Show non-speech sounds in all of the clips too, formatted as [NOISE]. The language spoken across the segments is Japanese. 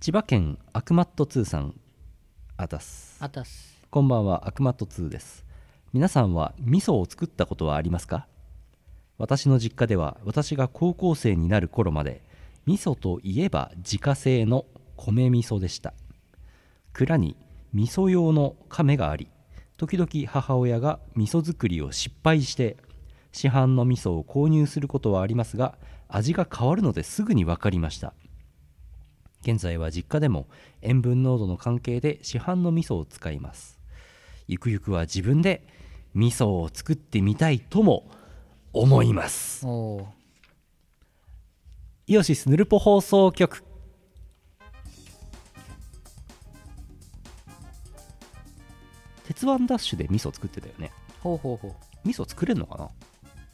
千葉県アクマット2さんあたすあたすこんばんはアクマット2です皆さんは味噌を作ったことはありますか私の実家では私が高校生になる頃まで味噌といえば自家製の米味噌でした蔵に味噌用の亀があり時々母親が味噌作りを失敗して市販の味噌を購入することはありますが味が変わるのですぐに分かりました現在は実家でも塩分濃度の関係で市販の味噌を使いますゆくゆくは自分で味噌を作ってみたいとも思いますおおイオシスヌルポ放送局鉄腕ダッシュで味噌作ってたよねほうほうほう味噌作れるのかな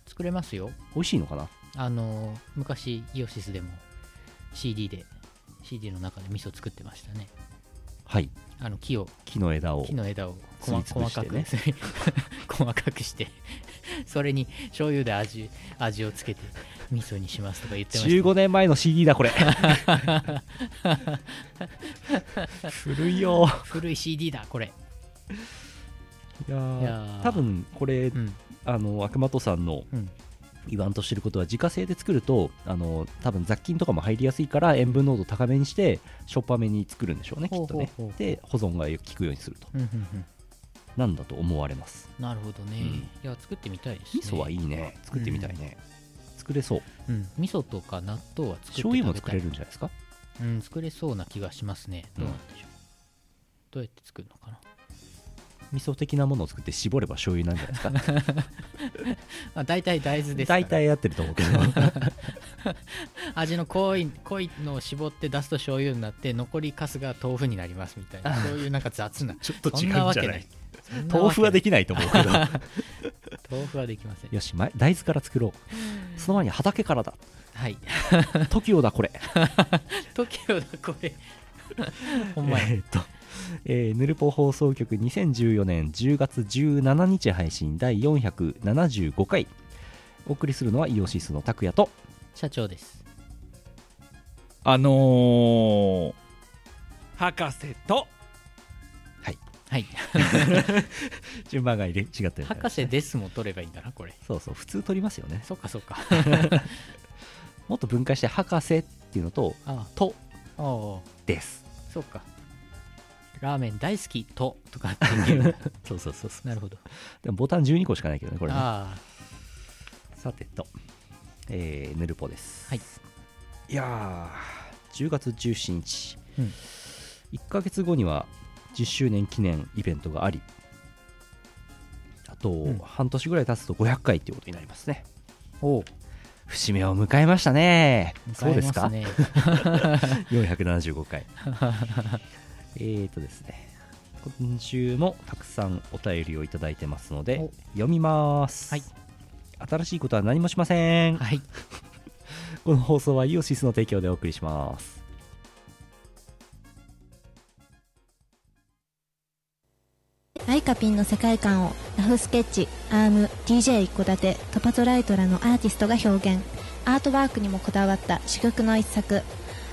作れますよ美味しいのかなあのー昔イオシスでも CD で CD の中で味噌作ってましたねはいあの木を木の枝を木の枝を細,、すりつぶ細かく、して [LAUGHS] 細かくしてそれに醤油で味味をつけて味噌にしますとか言ってました15年前の CD だこ [LAUGHS] れ古いよ古い CD だこれいやーいやー多分これうんあの悪魔とさんのうん言わんとしてることは自家製で作るとあの多分雑菌とかも入りやすいから塩分濃度高めにしてしょっぱめに作るんでしょうねきほうっとねほうほうで保存が効くようにするとうんうんうんなんだと思われますなるほどね、うんいや作ってみたいですね味噌はいいね作ってみたいね、作れそううん、味噌とか納豆は作って醤油も食べ作たいれるんじゃないですかうん、作れそうな気がしますね。どうなんでしょう。どうやって作るのかな。味噌的なものを作って絞れば醤油なんじゃないですか [LAUGHS] まあ、大体大豆ですから。大体合ってると思うけ [LAUGHS] ど味の濃い濃いのを絞って出すと醤油になって、残りかすが豆腐になりますみたいな。そういうなんか雑な。ちょっそんなわけない。豆腐はでききないと思う [LAUGHS] けど豆腐はできません。よしま大豆から作ろうその前に畑から [LAUGHS] だはい。 TOKIO だこれ時をだこ [LAUGHS] れ。ほんまや。えーっと、えーヌルポ放送局2014年10月17日配信第475回お送りするのはイオシスの拓也と社長です。あのー、博士とはい。順番が入れ違ったよね博士ですも取ればいいんだな、これ。そうそう普通取りますよねそっかそっ [LAUGHS] か。もっと分解して博士っていうのとああとおお。ですそっか。ラーメン大好きととかって言 [LAUGHS] う [LAUGHS] そうそうそうそなるほど。でもボタン12個しかないけどねこれねあさてと、えーヌルポです、はい、いやー10月17日、うん1ヶ月後には10周年記念イベントがありあとん半年ぐらい経つと500回ということになりますねあ。おお。節目を迎えましたねそうですかね、 [LAUGHS] 475回 [LAUGHS] えーとですね今週もたくさんお便りをいただいてますのでお読みます、はい新しいことは何もしません、 [LAUGHS] はい。この放送はイオシスの提供でお送りします。ライカピンの世界観をラフスケッチ、アーム、DJ 一戸建て、トパトライトらのアーティストが表現。アートワークにもこだわった珠玉の一作。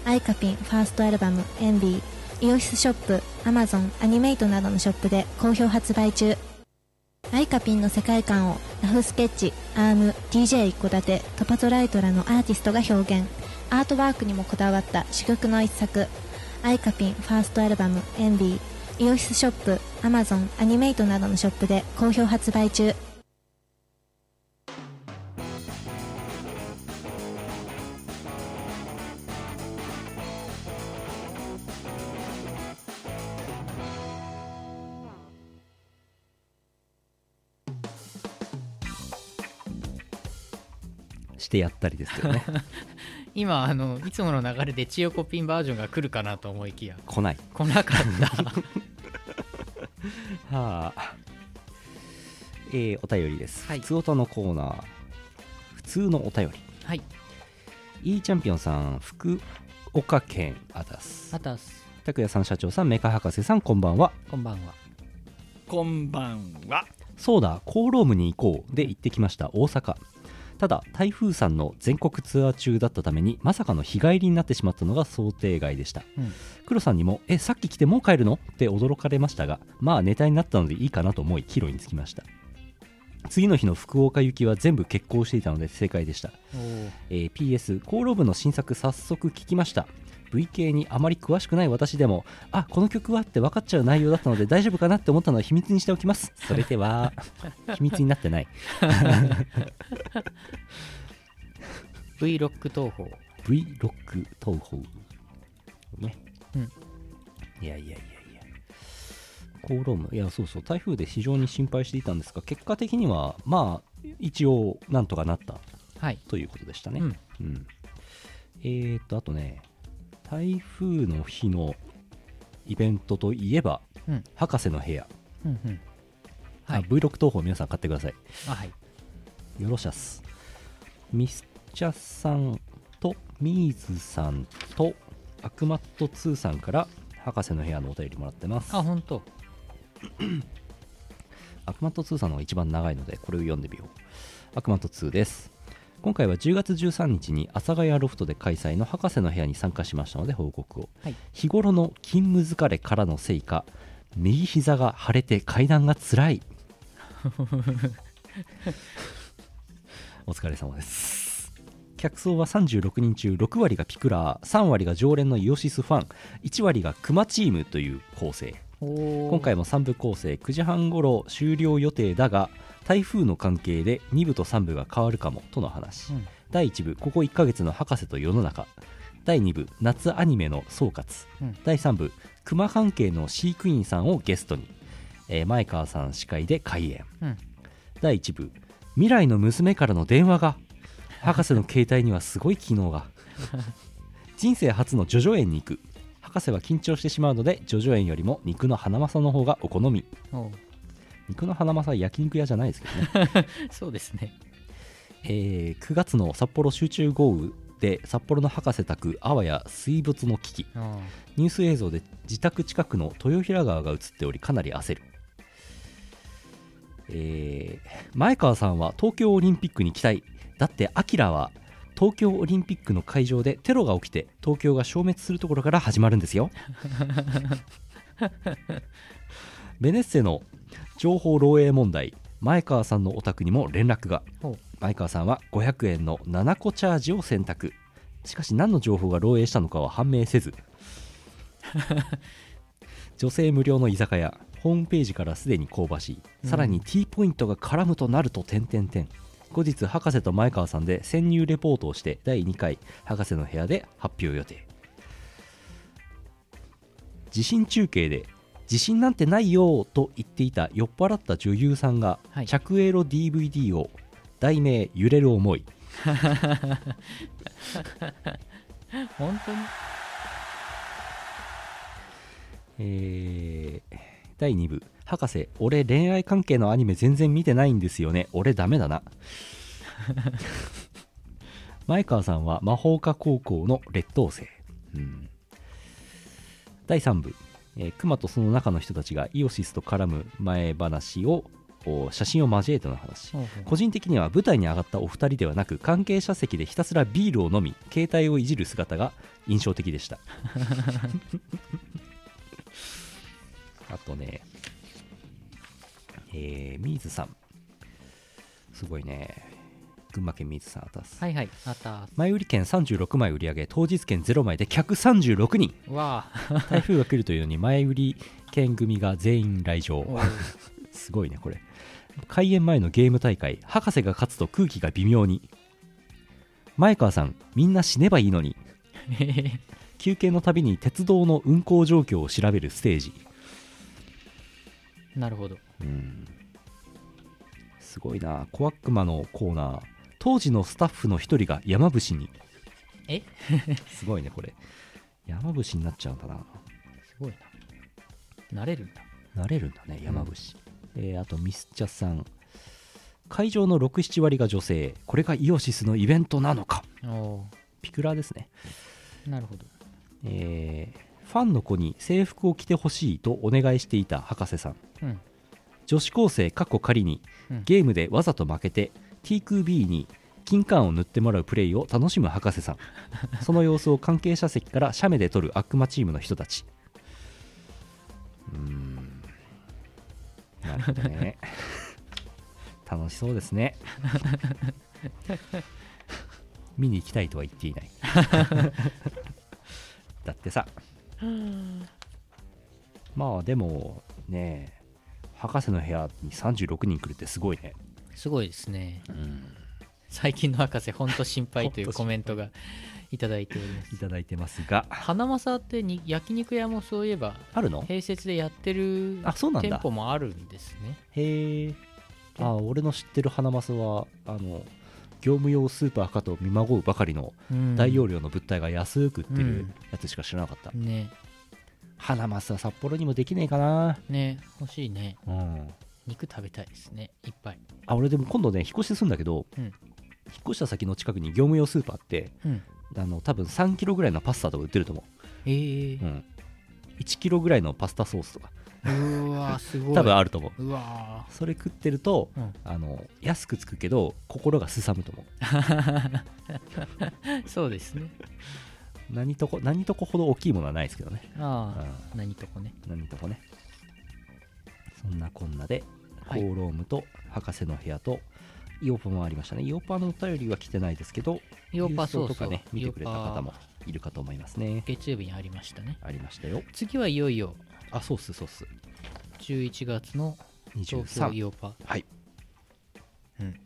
アイカピンファーストアルバム、エンビー、イオシスショップ、アマゾン、アニメイトなどのショップで好評発売中。ライカピンの世界観をラフスケッチ、アーム、DJ 一戸建て、トパトライトらのアーティストが表現。アートワークにもこだわった珠玉の一作。アイカピンファーストアルバム、エンビー、イオシスショップ、アマゾン、アニメイトなどのショップで好評発売中。してやったりですよね。今、あの、いつもの流れで千代子ピンバージョンが来るかなと思いきや、来ない。来なかった。 [LAUGHS] はあ。えーお便りです。はい普通音のコーナー。普通のお便はい。り。いいチャンピオンさん、福岡県アダスま。たす、拓也さん、社長さん、メカ博士さん、こんばんは。こんばんは。こんばんはそうだ、コーロームに行こうで行ってきました、大阪。ただ台風さんの全国ツアー中だったためにまさかの日帰りになってしまったのが想定外でした、うん黒さんにも「えさっき来てもう帰るの?」って驚かれましたがまあネタになったのでいいかなと思い帰路に着きました次の日の福岡行きは全部欠航していたので正解でしたおーえー PS コーロ部の新作早速聞きました VK にあまり詳しくない私でもあこの曲はって分かっちゃう内容だったので大丈夫かなって思ったのは秘密にしておきますそれでは [LAUGHS] 秘密になってない V ロック投法 V ロック投法ね、うんいやいやいやいやコーロームいやそうそう台風で非常に心配していたんですが結果的にはまあ一応なんとかなったはい、ということでしたね、うんうん、えー、っとあとね台風の日のイベントといえば、うん博士の部屋、うんうんはあい V6 東宝皆さん買ってくださいあはいよろしゃっすミスチャさんとミーズさんとアクマット2さんから博士の部屋のお便りもらってますあ本当アクマット2さんのが一番長いのでこれを読んでみようアクマット2です今回は10月13日に阿佐ヶ谷ロフトで開催の博士の部屋に参加しましたので報告を、はい日頃の勤務疲れからのせいか右膝が腫れて階段がつらい [LAUGHS] お疲れ様です客層は36人中6割がピクラー3割が常連のイオシスファン1割がクマチームという構成おー今回も3部構成9時半頃終了予定だが台風の関係で2部と3部が変わるかもとの話、うん第1部ここ1ヶ月の博士と世の中第2部夏アニメの総括、うん第3部熊関係の飼育員さんをゲストに、えー前川さん司会で開演うん第1部未来の娘からの電話が博士の携帯にはすごい機能が人生初のジョジョ園に行く博士は緊張してしまうのでジョジョ園よりも肉のハナマサの方がお好みおー肉のハナマサは焼肉屋じゃないですけどね、そうですねえー9月の札幌集中豪雨で札幌の博士宅あわや水没の危機あニュース映像で自宅近くの豊平川が映っておりかなり焦る、えー前川さんは東京オリンピックに期待だってアキラは東京オリンピックの会場でテロが起きて東京が消滅するところから始まるんですよ [LAUGHS] ベネッセの情報漏洩問題前川さんのお宅にも連絡がほう前川さんは500円の7個チャージを選択しかし何の情報が漏洩したのかは判明せず [LAUGHS] 女性無料の居酒屋ホームページからすでに香ばしい、うんさらに T ポイントが絡むとなると点々点後日博士と前川さんで潜入レポートをして第2回博士の部屋で発表予定地震中継で地震なんてないよーと言っていた酔っ払った女優さんがはい着エロ DVD を題名「揺れる思い」ー本当にえー第2部「博士俺恋愛関係のアニメ全然見てないんですよね俺ダメだな」 [LAUGHS] 前川さんは魔法科高校の劣等生、うん第3部、えー熊とその中の人たちがイオシスと絡む前話をお写真を交えての話ほう個人的には舞台に上がったお二人ではなく関係者席でひたすらビールを飲み携帯をいじる姿が印象的でしたあとねえー、ミーズさんすごいね群馬県ミーズさんあたす、はいはいあった前売り券36枚売り上げ当日券0枚で客36人わあ台風が来るというのに前売り券組が全員来場おーすごいねこれ開演前のゲーム大会博士が勝つと空気が微妙に前川さんみんな死ねばいいのにへへへ休憩のたびに鉄道の運行状況を調べるステージ [LAUGHS] なるほどうんすごいな小悪魔のコーナー当時のスタッフの一人が山伏にえすごいねこれ山伏になっちゃうんだなすごいな慣れるんだなれるんだね山伏、えーあとミスチャさん会場の67割が女性これがイオシスのイベントなのかおピクラーですね、ーなるほどえーファンの子に制服を着てほしいとお願いしていた博士さんうん女子高生過去仮にうんゲームでわざと負けて T クー B に金柑を塗ってもらうプレイを楽しむ博士さんその様子を関係者席から写メで撮る悪魔チームの人たちうーんなるほどね楽しそうですね見に行きたいとは言っていないだってさまあでもね博士の部屋に36人来るってすごいねすごいですねうん最近の博士本当心配というほんとコ心メントがいただいておりますいただいてますが花正ってに焼肉屋もそういえばあるのへ併設でやってるあそうなんだ店舗もあるんですねえあ俺の知ってる花マスはあの業務用スーパーかと見まごうばかりのうん大容量の物体が安く売ってるうんやつしか知らなかった、ね花マスは札幌にもできねえかなね欲しいねうん肉食べたいですねいっぱいあ俺でも今度ね引っ越しするんだけど、うん引っ越した先の近くに業務用スーパーってうんあの多分3キロぐらいのパスタとか売ってると思えーう、うん、1キロぐらいのパスタソースとかうわーすごい多分あると思ううわそれ食ってると、うんあの安くつくけど心がすさむと思う [LAUGHS] ーそうですね何とこ何とこほど大きいものはないですけどね、ああ何とこねうん、何とこねそんなこんなではホいーロームと博士の部屋とイオパもありましたねイオパのお便りは来てないですけどヨーパ郵送ソーとスかね見てくれた方もいるかと思いますね月曜日にありましたねありましたよ次はいよいよあそうっすそうっす11月の東京23イオパはいうん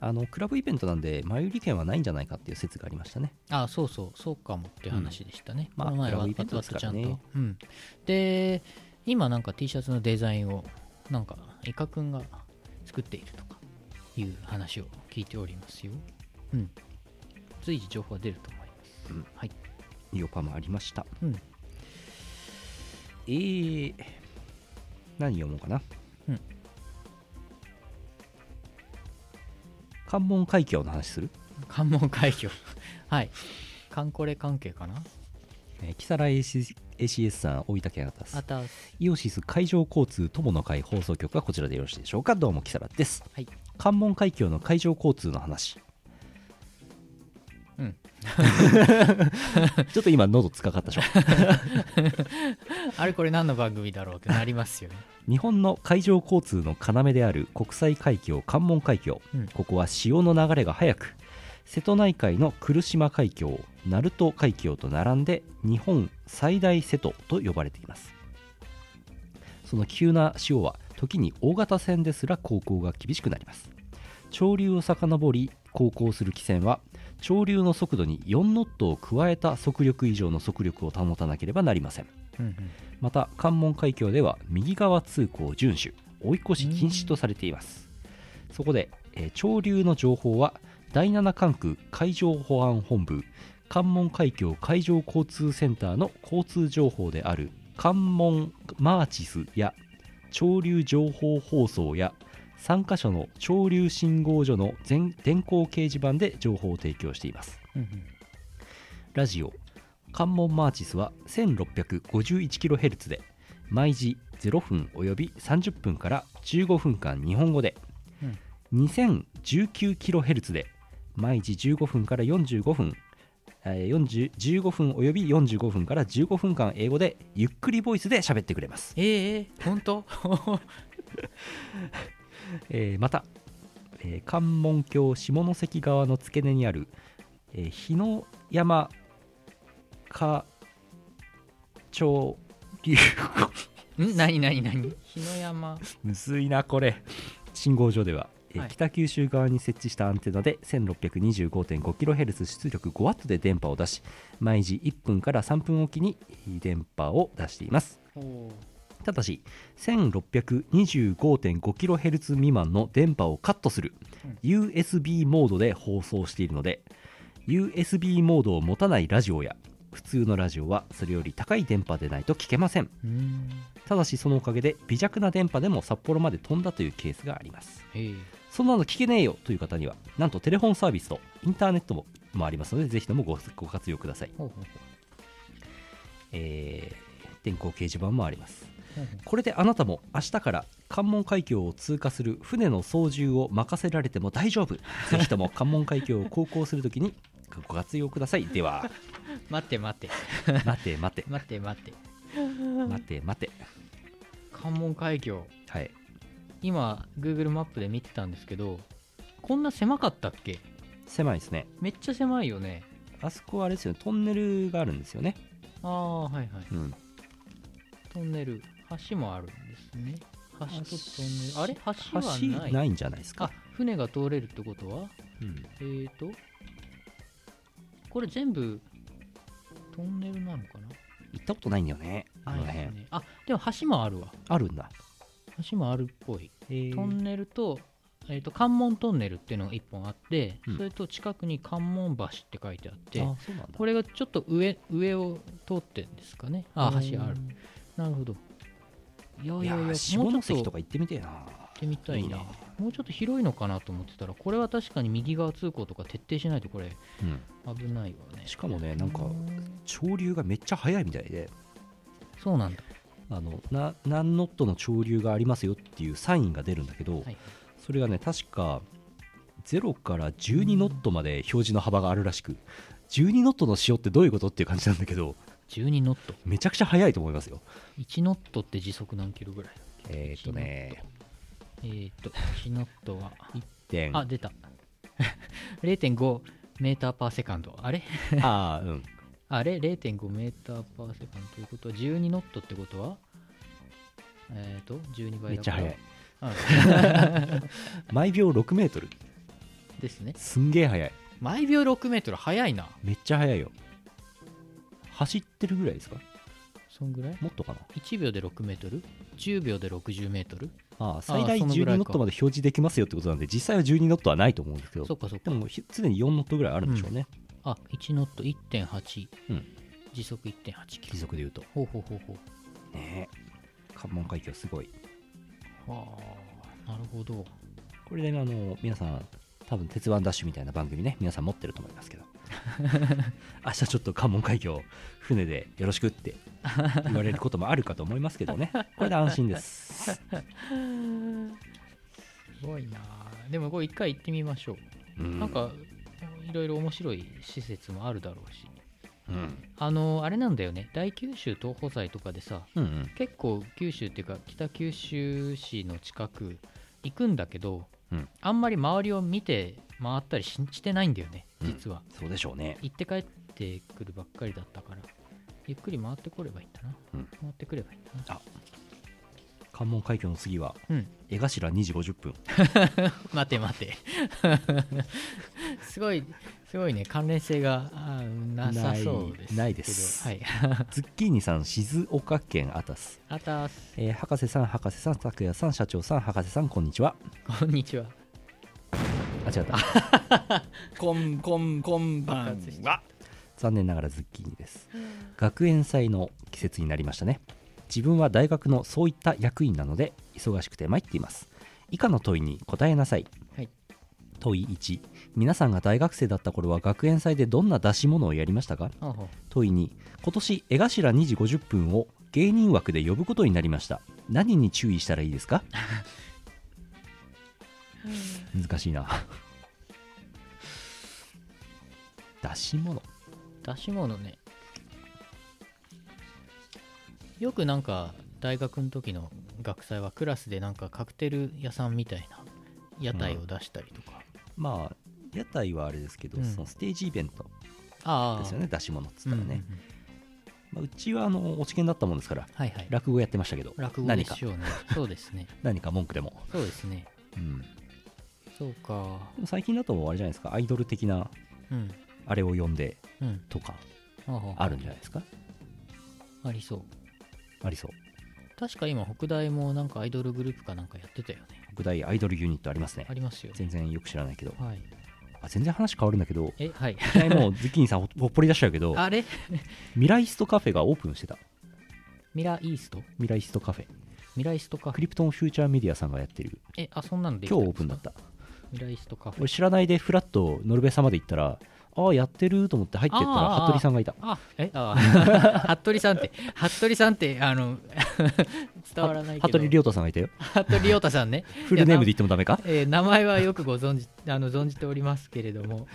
あのクラブイベントなんで前売り券はないんじゃないかっていう説がありましたねあそうそうそうかもって話でしたね、うんまあこの前クラはブイベントですからねわっわっわっちゃんと、うん、で今なんか T シャツのデザインをなんかイカくんが作っているとかいう話を聞いておりますよ、うん、随時情報が出ると思いまうす、んはい、イオパもありましたうん、えー、何読もうかな、うん関門海峡の話する、関門海峡 [LAUGHS] はい関コレ関係かなえー、木更津 ACS さん大分県あたあすたイオシス海上交通友の会放送局はこちらでよろしいでしょうかどうも木更津です、はい関門海峡の海上交通の [LAUGHS] 話うちんょっと今喉つかかったでしょあれこれ何の番組だろうってなりますよね日本の海上交通の要である国際海峡関門海峡、うんここは潮の流れが速く瀬戸内海の来島海峡鳴門海峡と並んで日本最大瀬戸と呼ばれていますその急な潮は時に大型船ですら航行が厳しくなります潮流を遡り航行する汽船は潮流の速度に4ノットを加えた速力以上の速力を保たなければなりませんうん、うん、また関門海峡では右側通行遵守追い越し禁止とされていますそこで、えー潮流の情報は第7管区海上保安本部関門海峡海上交通センターの交通情報である関門マーチスや潮流情報放送や3カ所の潮流信号所の全電光掲示板で情報を提供していますうんうんラジオ関門マーチスは 1651kHz で毎時0分および30分から15分間日本語で、2019kHz で毎時15分から45分えー40 15分および45分から15分間英語でゆっくりボイスで喋ってくれます、ええ本当 [LAUGHS] えーまた、えー関門橋下関側の付け根にある、えー日の山花鳥流 [LAUGHS] 湖ん何何何日の山むずいなこれ信号所では、えーはい北九州側に設置したアンテナで 1625.5kHz 出力 5W で電波を出し毎時1分から3分おきにえー電波を出していますおーただし 1625.5kHz 未満の電波をカットするうん USB モードで放送しているので USB モードを持たないラジオや普通のラジオはそれより高い電波でないと聞けませんうーんただしそのおかげで微弱な電波でも札幌まで飛んだというケースがありますえーそんなの聞けねえよという方にはなんとテレフォンサービスとインターネットももありますのでぜひともごご活用くださいほうほうほうえー電光掲示板もありますこれであなたも明日から関門海峡を通過する船の操縦を任せられても大丈 [LAUGHS] 夫ぜひとも関門海峡を航行するときにご活用くださいでは待って待って待て待て待って待って待て待て関門海峡はい今 Google マップで見てたんですけどこんな狭かったっけ狭いですねめっちゃ狭いよねあそこはあれですよねトンネルがあるんですよねああはいはいうんトンネル橋もあるんですね橋とトンネルあれ橋橋はないないんじゃないですあか、船が通れるってことはうんえーとこれ全部トンネルなのかな行ったことないんだよねあのない辺、ですねあでも橋もあるわあるんだ橋もあるっぽいへートンネルと,、えー、と関門トンネルっていうのが1本あって、うんそれと近くに関門橋って書いてあってあそうなんだこれがちょっと上上を通ってんですかねあ橋あるなるほどいやいいややいやーもうち下ょっと関と行か行ってみてえなってみたいいいななもうちょっと広いのかなと思ってたらこれは確かに右側通行とか徹底しないとこれうん危ないわねしかもねなんか潮流がめっちゃ速いみたいでそうなんだあのな何ノットの潮流がありますよっていうサインが出るんだけど、はいそれがね確か0から12ノットまで表示の幅があるらしく12ノットの潮ってどういうことっていう感じなんだけど12ノットめちゃくちゃ速いと思いますよ1ノットって時速何キロぐらいえーっとねえーっと1ノットは点ああ出た [LAUGHS] 0.5メーターパーセカンドあれ [LAUGHS] [LAUGHS] あーうんあれ0.5メーターパーセカンドということは12ノットってことはえっ、と12め倍っだちゃから速いうん毎秒6メートル [LAUGHS] ですねすんげえ速い毎秒6メートル速いなめっちゃ速いよ走ってるぐらいですかそんぐらいもっとかな1秒で6メートル10秒で60メートルああ最大そのぐ12らいノッかトまで表示できますよってことなんで実際は12ノットはないと思うんですけどそっかそっでかもひ常に4ノットぐらいあるんでしょうね、あ1ノット1.8、うん時速1.8キ貴ロ族でいうとほうほうほうほうねえ関門海峡すごいはあなるほどこれでねあの皆さん多分「鉄腕ダッシュ」みたいな番組ね皆さん持ってると思いますけど明日ちょっと関門海峡船でよろしくって言われることもあるかと思いますけどねこれで安心ですすごいなでもこれ一回行ってみましょう、うんなんかいろいろ面白い施設もあるだろうしうんあのあれなんだよね大九州東宝祭とかでさうんうん結構九州っていうか北九州市の近く行くんだけど、うんあんまり周りを見て回ったりししてないんだよねうん実は、そうでしょうね行って帰ってくるばっかりだったからゆっくり回ってこればいいんだな、うん回ってくればいいんだな関門海峡の次はうん江頭2時50分待て待て [LAUGHS] すごいすごいね関連性があーなさそうですなけどいないですはいズッキーニさん静岡県アタス、あたーすえー博士さん博士さん拓也さん社長さん博士さんこんにちはこんにちはあ違ったこんこんこんばん爆発しちゃはっ残念ながらズッキーニです学園祭の季節になりましたね自分は大学のそういった役員なので忙しくて参っています以下の問いに答えなさい、はい問い1皆さんが大学生だった頃は学園祭でどんな出し物をやりましたかあほう問い2今年江頭2時50分を芸人枠で呼ぶことになりました何に注意したらいいです [LAUGHS] か難しいな出し物出し物ねよくなんか大学の時の学祭はクラスでなんかカクテル屋さんみたいな屋台を出したりとか、まあ屋台はあれですけど、うんそのステージイベントああですよね出し物っつったらね、ううんうんうんまあ、うちはあの落研だったもんですからはいはい落語やってましたけど落語何でかしょうねそうで [LAUGHS] すね何か文句でも、そうですねうん、でそうかも最近だとあれじゃないですかアイドル的なうんあれを呼んでうんとかあははあるんじゃないですかありそうありそう確か今北大もなんかアイドルグループかなんかやってたよね北大アイドルユニットありますねありますよね全然よく知らないけどはいあ全然話変わるんだけどえはいいきなりもうズッキーニさんほほっぽり出しちゃう [LAUGHS] けどあれミライストカフェがオープンしてたミライーストミライストカフェミライストカフクェリプトンフューチャーメディアさんがやってるえあそんなのでき今日オープンだんっですかたミライストカフェ俺知らないでフラッとノルベ様まで行ったらああやってると思って入ってったあああらあ服部さんがいたあえあ [LAUGHS] あ服部さんって服部さんってあの [LAUGHS] 伝わらないけど服部亮太さんがいたよ服部亮太さんねフルネームでい言ってもダメか、やなえー名前はよくご存じあの存じておりますけれども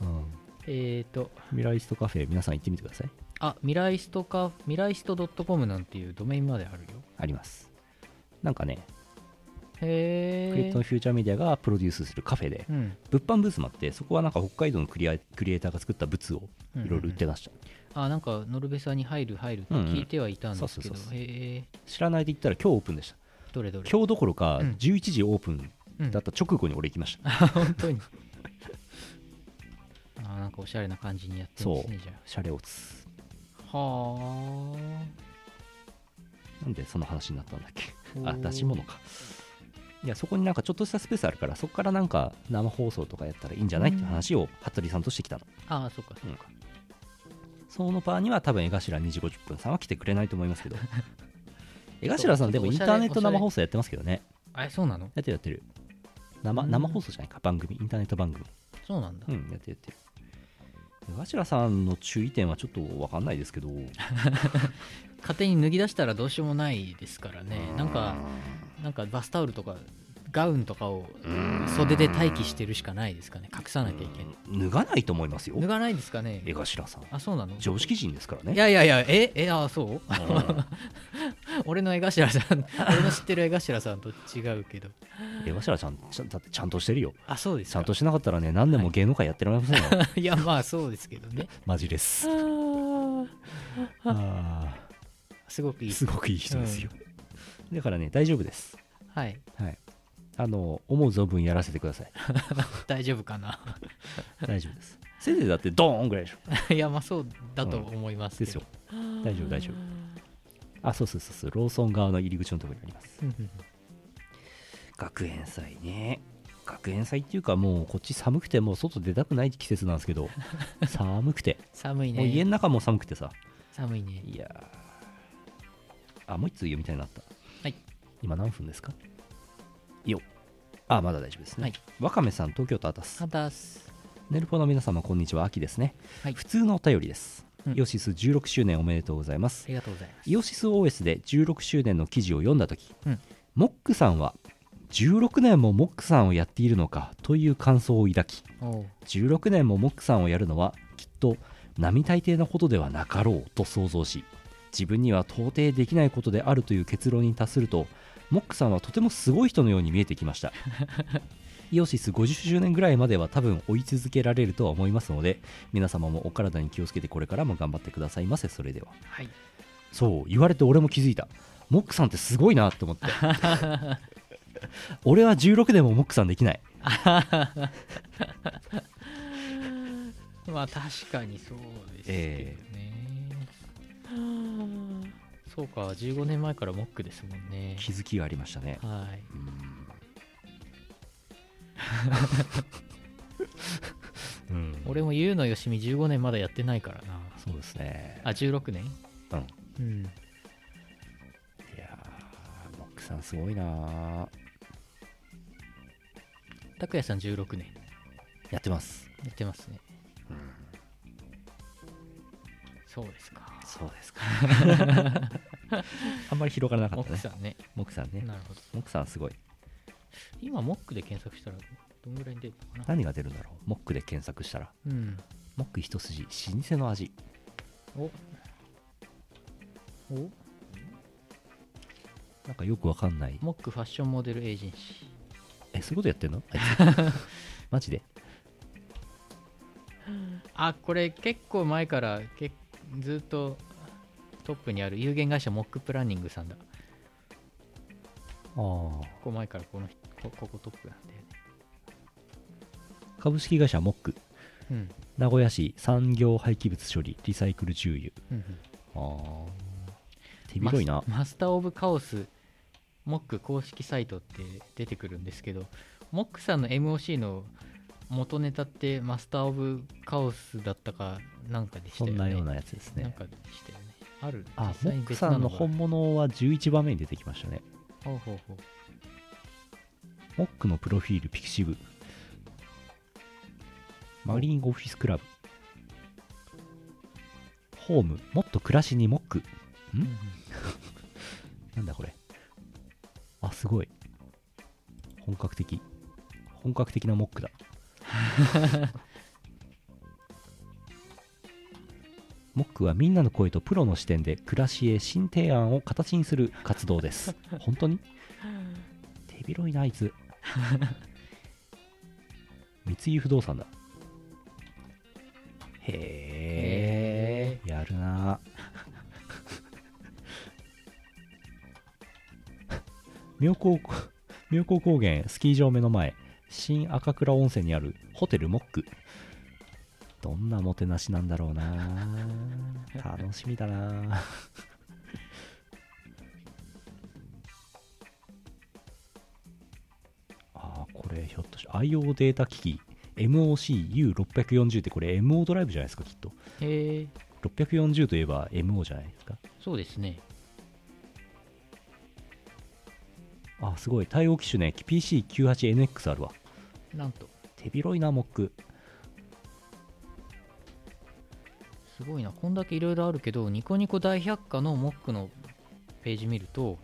うん、えっ、とミライストカフェ皆さん行ってみてくださいあミライストかミライスト .com なんていうドメインまであるよありますなんかねクリエへイトえのフューチャーメディアがプロデュースするカフェでうん物販ブースもあってそこはなんか北海道のクリアクリエイターが作った物をいろいろ売ってました、あなんかノルベさんに入る入るって聞いてはいたんですけどうんうんそうそうそうへえ知らないで言ったら今日オープンでしたどれどれ今日どころかうん11時オープンうんだった直後に俺行きました、本当にあーなんかおしゃれな感じにやってるんですねじゃシャレオツあはなんでその話になったんだっけおあー出し物かいやそこになんかちょっとしたスペースあるからそこからなんか生放送とかやったらいいんじゃないって話を服部さんとしてきたの、あああそっかそっか、その場には多分江頭2時50分さんは来てくれないと思いますけど江頭さんでもインターネット生放送やってますけどねえそうなのやってるやってる生うん生放送じゃないか番組インターネット番組そうなんだ、うんやってるやってる江頭さんの注意点はちょっと分かんないですけど勝手に脱ぎ出したらどうしようもないですからねなんかなんかバスタオルとかガウンとかを袖で待機してるしかないですかね隠さなきゃいけない脱がないと思いますよ脱がないですかね江頭さんあそうなの常識人ですからねいやいやいやええあ [LAUGHS] そううん [LAUGHS] 俺の江頭さん [LAUGHS] 俺の知ってる江頭さんと違うけど江頭ちゃんちゃんだってちゃんとしてるよあそうですちゃかんとしなかったらね何年も芸能界やってられませんよ、 [LAUGHS] いやまあそうですけど [LAUGHS] ねマジですあすごくいーいすごくいい人ですよ、だからね大丈夫ですはいはいあの思う存分やらせてくだ [LAUGHS] さい大丈夫かな [LAUGHS] 大丈夫ですせいぜいだってドーンぐらいでしょいやまあそうだと思いますけでどすよ大丈夫大丈夫あそうそうそうそうローソン側の入り口のところにありますうんうん学園祭ね学園祭っていうかもうこっち寒くてもう外出たくない季節なんですけ [LAUGHS] ど寒くて寒いもう家ねの中も寒くてさ寒いねいやーあもう一通読みたいなったはい今何分ですかよっあまだ大丈夫ですね、はいわかめさん東京都あたすあたすネルポの皆様こんにちは秋ですね、はい普通のお便りです、うんイオシス16周年おめでとうございますありがとうございますイオシス OS で16周年の記事を読んだ時、うんモックさんは16年もモックさんをやっているのかという感想を抱きおう16年もモックさんをやるのはきっと並大抵のことではなかろうと想像し自分には到底できないことであるという結論に達するとモックさんはとてもすごい人のように見えてきましたイオシス50周年ぐらいまでは多分追い続けられるとは思いますので皆様もお体に気をつけてこれからも頑張ってくださいませそれでははいそう言われて俺も気づいたモックさんってすごいなと思って俺は16年もモックさんできないまあ確かにそうですけどね、そうか15年前からモックですもんね気づきがありましたねはいうん、俺も言うのよしみ15年まだやってないからなそうですねあ16年うんうんいやーモックさんすごいなー拓也さん16年やってますやってますね、そうですかそうですか [LAUGHS] あんまり広がらなかモったックねさんねモックさんねなるほどモックさんすごい今モックで検索したらどんぐらいに出るのかな何が出るんだろうモックで検索したらうんモック一筋老舗の味おおなんかよくわかんないモックファッションモデルエージェンシーえそういうことやってんのあい [LAUGHS] つマジであこれ結構前からけずっとトップにある有限会社モックプランニングさんだああここ前からこの人こここトップなんだよね株式会社モックうん名古屋市産業廃棄物処理リサイクル重油うんうんああ手広いなマスマスター・オブ・カオスモック公式サイトって出てくるんですけどモックさんの MOC の元ネタってマスター・オブ・カオスだったかなんかでしたそよんねなようなやつですなんねかでしたよねあるあ実モ際にック別さながんの本物は11番目に出てきましたねほうほうほうモックのプロフィールピクシブマリンオフィスクラブホームもっと暮らしにモックうんうんなんだこれあすごい本格的本格的なモックだ [LAUGHS] モックはみんなの声とプロの視点で暮らしへ新提案を形にする活動です本当に手広いなあいつ三井不動産だへへえやるなあ [LAUGHS] 妙高妙高高原スキー場目の前新赤倉温泉にあるホテルモックどんなもてなしなんだろうなあ楽しみだなあ [LAUGHS] あーこれひょっとして IO データ機器 MOCU640 ってこれ MO ドライブじゃないですかきっとへえ640といえば MO じゃないですかそうですねあすごい対応機種ね PC98NX あるわなんと手広いなモックすごいなこんだけいろいろあるけどニコニコ大百科のモックのページ見ると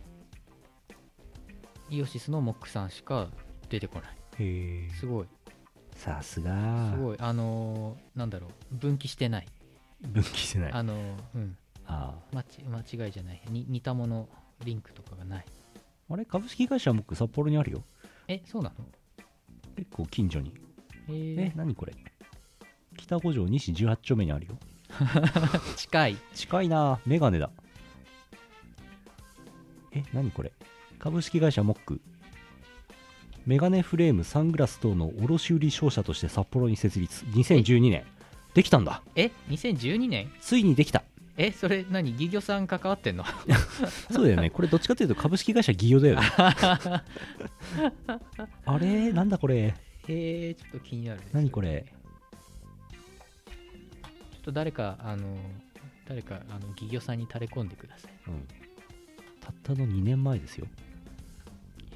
イオシスのモックさんしか出てこないへえすごいさすがすごいあのーなんだろう分岐してない分岐してないああのーうんあ間ち間違いじゃないに似たものリンクとかがないあれ株式会社モック札幌にあるよえそうなの結構近所にええ何これ北五条西18丁目にあるよ近い近いなメガネだえ何これ株式会社モックメガネフレームサングラス等の卸売商社として札幌に設立2012年できたんだえ2012年ついにできたえそれ何ギギョさん関わってんのそうだよね [LAUGHS] これどっちかというと株式会社企業だ [LAUGHS] よねあれなんだこれへえちょっと気になるです何これちょっと誰かあのー誰かあのギギョさんに垂れ込んでくださいうんたったの2年前ですよ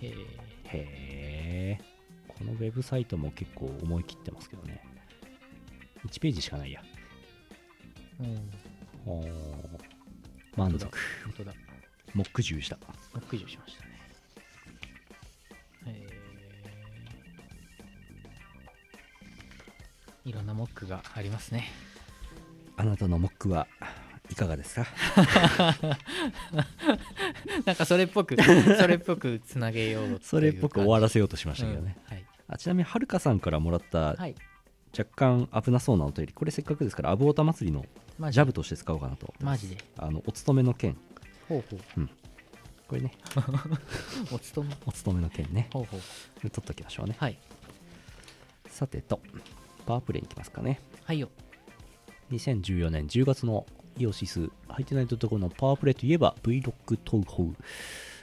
へえへえこのウェブサイトも結構思い切ってますけどね1ページしかないやうんおー満足本当だモック獣したノック以上しましたねへえいろんなモックがありますね [LAUGHS] あなたのモックはいかがですかなんかそれっ [LAUGHS] ぽくそれっぽくつなげようというそれっぽく終わららせようとしまましたけどね、、うんはいあちなみにはるかさんからもらったはい若干危なそうなお便りこれせっかくですからアブオタ祭りのマジジャブとして使おうかなとマジであのお勤めの件ほうほうこれねお勤めお勤めの件ねほうほう取っときましょうねはいさてとパワープレイいきますかねはいよ2014年10月のイオシスハイテナイトところのパワープレイといえば Vlog 東宝、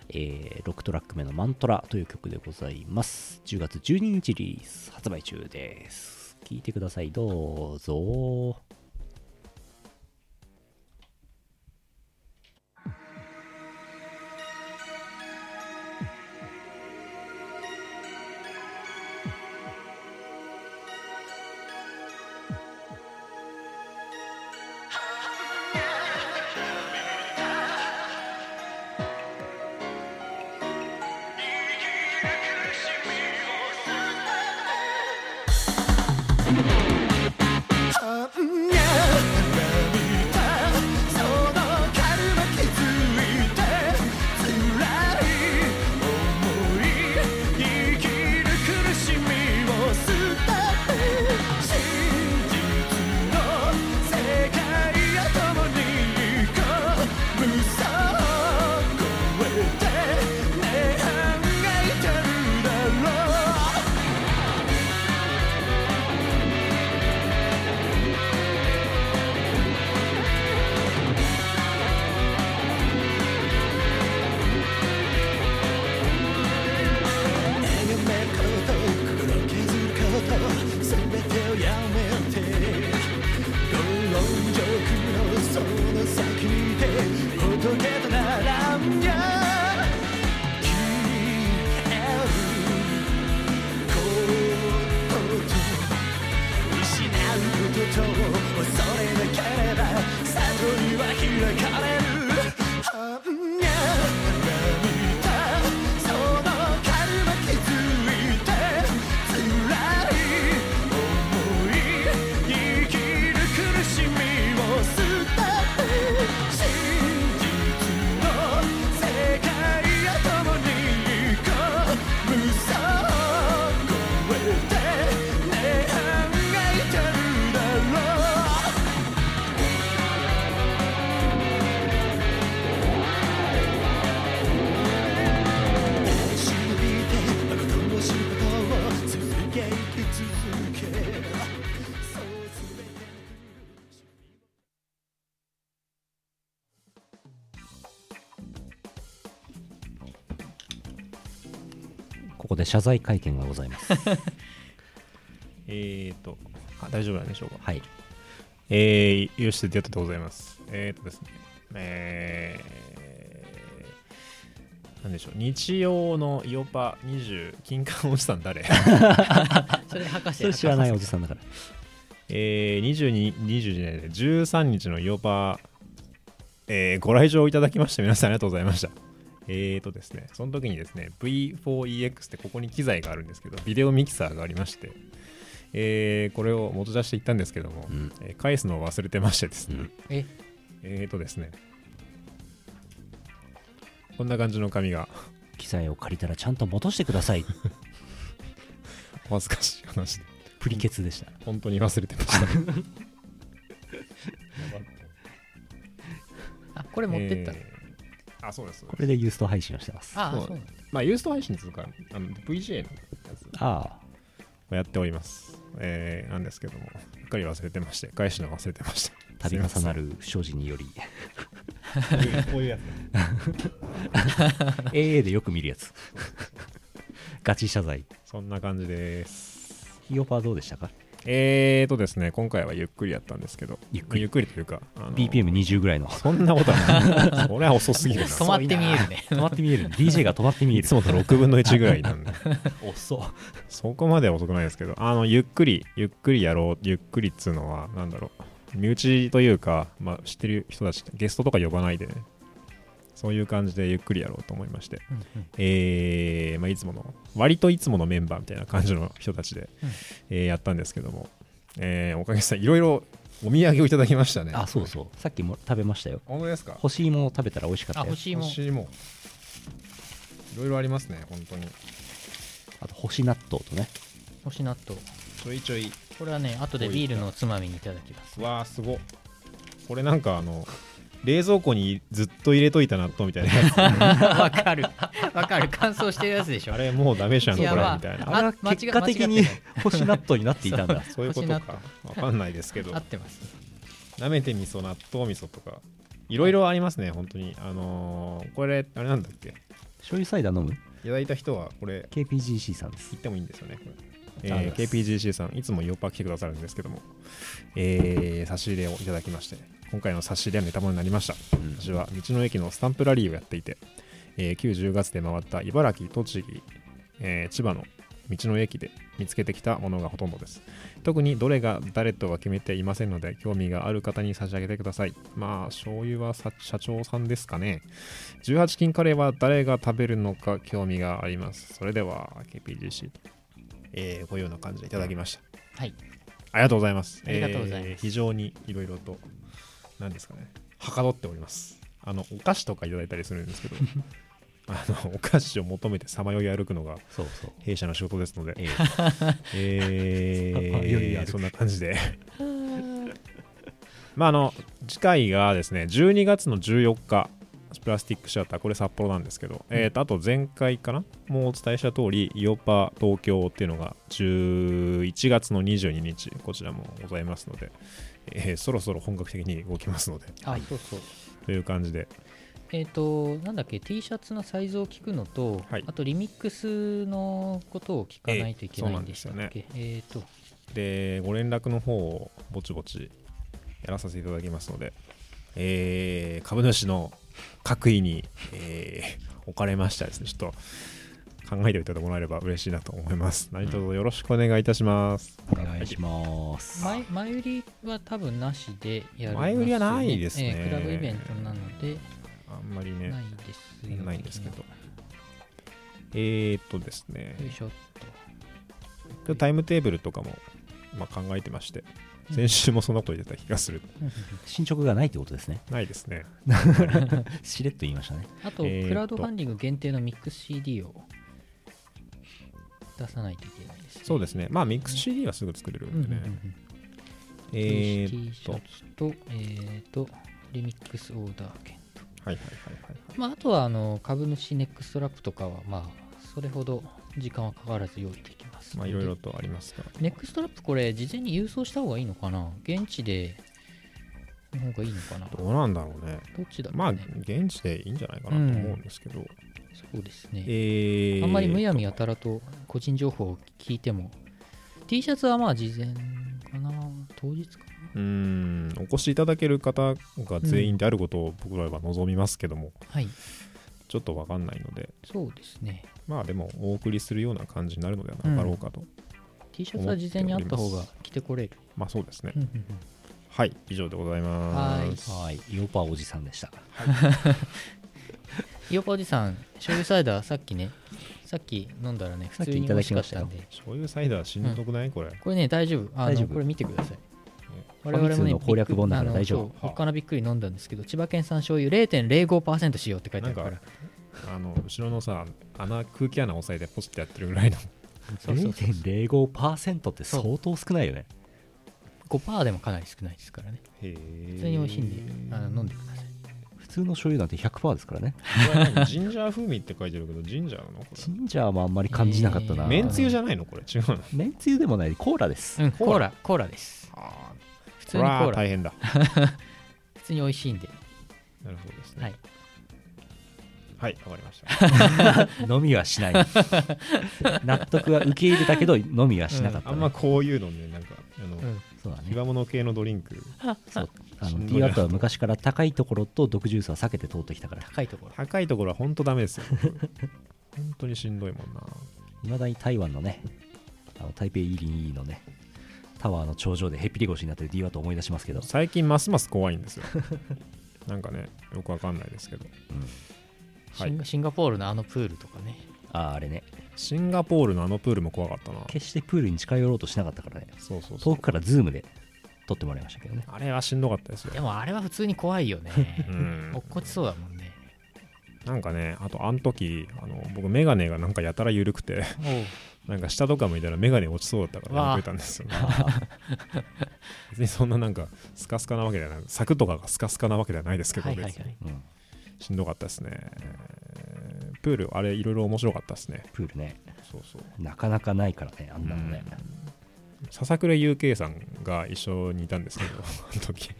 えー、6トラック目のマントラという曲でございます10月12日リリース発売中です聴いてくださいどうぞ失うことを恐れなければ悟りここで謝罪会見がございます。えーと、あ大丈夫なんでしょうか。 [LAUGHS] はい。えー、よし、出会ってございます。えーとですね、えー、なんでしょう、日曜のイオパ20、金管おじさん誰それ博士それ知らないおじさんだから。えー、22、20じゃないね13日のイオパ、えー、ご来場いただきまして、皆さんありがとうございました。えーとですね、その時にですね、V4EX ってここに機材があるんですけど、ビデオミキサーがありまして、えーこれを持ち出していったんですけども、うんえー返すのを忘れてましてですね、うんええーとですね。こんな感じの紙が、機材を借りたらちゃんと戻してくだ [LAUGHS] さい。お恥ずかしい話で、プリケツでした。本当に忘れてました。あこれ [LAUGHS] 持ってったの、えーあ、そうです。これでユースト配信をしてます。あああそうそうなんだまあ、ユースト配信というか、あの VJ のやつあ。をやっております。えーなんですけども、うっかり忘れてまして、返すの忘れてま [LAUGHS] した。度重なる。る不祥事によりこういうこういうやつ。 AA でよく見るやつ [LAUGHS] ガチ謝罪 [LAUGHS] そんな感じです。ヒヨパはどうでしたかえーとですね、今回はゆっくりやったんですけど、ゆっくりゆっくりというか、あの BPM20 ぐらいのそんなことはない。それは遅す [LAUGHS] ぎるな。止まって見えるね止まって見える DJ が止まって見えいるつもと6分の1ぐらいなんで、遅っそこまでは遅くないですけど、あの、ゆっくり、ゆっくりやろう、ゆっくりっつうのは、なんだろう、身内というか、まあ、知ってる人たち、ゲストとか呼ばないでね、そういう感じでゆっくりやろうと思いまして、うんうんえー、まあ、いつもの、割といつものメンバーみたいな感じの人たちで、うんえーやったんですけども、えーおかげさん、いろいろお土産をいただきましたね。あそうそうさっきも食べましたよ本当ですか干し芋を食べたら美味しかったあよ欲しいもんしいもん。いろいろありますね、本当に。あと干し納豆とね干し納豆ちょいちょいこれはね後でビールのおつまみにいただきますうわあすごっこれなんかあの冷蔵庫にずっと入れといた納豆みたいなやつわかるわ [LAUGHS] かる乾燥してるやつで [LAUGHS] しょあれもうダメじゃんこれいやまあみたいなああれは間違結果的に間違って干し納豆になっていたんだそういうこと欲しいかわかんないですけど合ってますなめて味噌納豆味噌とかいろいろありますね本当にあのーこれあれなんだっけ醤油サイダー飲むいただいた人はこれ KPGC さんです言ってもいいんですよねこれりがとうえーございます KPGC さんいつもヨーパー来てくださるんですけども、えー差し入れをいただきまして今回の差し入れはネタものになりましたうん私は道の駅のスタンプラリーをやっていて、えー、9、10月で回った茨城、栃木、えー千葉の道の駅で見つけてきたものがほとんどです。特にどれが誰とは決めていませんので、興味がある方に差し上げてください。まあ、醤油はさ社長さんですかね。18金カレーは誰が食べるのか興味があります。それでは、KPGC と、えーご用の感じでいただきました。はいありがとうございます。ありがとうございますえー非常にいろいろと、何ですかね、はかどっております。あの、お菓子とかいただいたりするん [LAUGHS] ですけど、あの、お菓子を求めてさまよい歩くのがそうそう弊社の仕事ですので、ええ [LAUGHS] えさ [LAUGHS] まよい歩ー、くそんな感じで。 [LAUGHS] まあ、あの、次回がですね、12月の14日、プラスティックシアター、これ札幌なんですけど、えーと、あと前回かなもうお伝えした通り、イオパ東京っていうのが11月の22日、こちらもございますので、えーそろそろ本格的に動きますので、あそうそうという感じで、えっ、となんだっけ T シャツのサイズを聞くのと、はいあとリミックスのことを聞かないといけないんでしたっけえっ、とで、ご連絡の方をぼちぼちやらさせていただきますので、えー株主の各位に、えーおかれましたらですね、ちょっと考えておいてもらえれば嬉しいなと思います。何卒よろしくお願いいたします。お願いします前前売りは多分なしでやる前売りはないですねえークラブイベントなのであんまりね、ないですよないんですけどよ。えー、っとですね、いしょっ [LAUGHS] ちょっとタイムテーブルとかも、まあ、考えてまして、先週もそんなこと言ってた気がする。と進捗がないってことですねないですね。しれっと言いましたねあと、えーとクラウドファンディング限定のミックス CD を出さないといけないです、ね、そうですね。まあ、ミックス CD はすぐ作れるうんんうんでうね。んえ T ー、っシと、ャはいツと,、えー、とリミックスオーダー券と、はいはいはい。まあ、あとはあの株主ネックストラップとかはまあそれほど時間はかからず用意できますまあ、いろいろとありますが。ネックストラップこれ事前に郵送した方がいいのかな現地での方がいいのかなどどうなんだろうね。っちだろうねまあ、現地でいいんじゃないかなと思うんですけど、そうですね。えーあんまりむやみやたらと個人情報を聞いても、T シャツはまあ事前かな、当日かうーんお越しいただける方が全員であることを僕らは望みますけども、な。はい、ちょっとわかんないのでそうですね。まあでもお送りするような感じになるのではなかろうかと、 T シャツは事前にあった方が着てこれる。まあそうですね、うんうんうんはい以上でございますはいヨーパーおじさんでしたイオパおじさん、醤油サイダーさっ [LAUGHS] きね、さっき飲んだらね、さ普っき通にい美ただき味しかまっしたたよんで、醤油サイダーしんどくない、これこれね、大丈夫。あの大丈夫これ見てください。ファミ通の攻略本だから大丈夫夫。他のびっくり飲んだんですけど、千葉県産醤油0.05%使用って書いてあるかならん、あの後ろのさ穴空気穴押さえてポチってやってるぐらいのそうそうそう0.05%って相当少ないよね5%でもかなり少ないですからね。へ普普通に美味しいんで、あの飲んでください。普通の醤油なんて100%ですからねジンジャー風味って書いてるけどジンジャーなのこジンジャーもあんまり感じなかったな、れーめんつゆじゃないのこれ違うのめんつゆでもないコーラです、うん、コーラ、コーラです。あ普ー通にコーこらラ、大変だ普通に美味しいんで。なるほどですねはい。はいわかりました飲みはし [LAUGHS] ない納得は受け入れたけど飲みはしなかった、あねんまこういうのねなんかあの、うんそうだ火ね刃物系のドリンクそうあしのん T どいなワットは昔から高いところと毒ジュースは避けて通ってきたから高いところ。高いところは本当ダメですよ本当にしんどいもんないまだに台湾のねあの台北イリンイーのねタワーの頂上でへっぴり腰になってる D ワットを思い出しますけど最近ますます怖い [LAUGHS] んですよなんかねよくわかんないですけどはいシンガシンガポールのあのプールとかね。あああれねシンガポールのあのプールも怖かったな決してプールに近寄ろうとしなかったからねそうそうそ遠うくからズームで撮ってもらいましたけどねあれはしんどかったですよでもあれは普通に怖いよね。うん落っこちそうだもんね。なんかねあとあの時あの僕メガネがなんかやたら緩くてなんか下とか向いたらメガネ落ちそうだったからやわあめといたんですよね別にそんななんかスカスカなわけではない柵とかがスカスカなわけではないですけど、はいはいはい別にうんしんどかったですねプールあれいろいろ面白かったですねプールねそうそうなかなかないからねあんなのね笹倉悠慶さんが一緒にいた [LAUGHS] んですけどあの時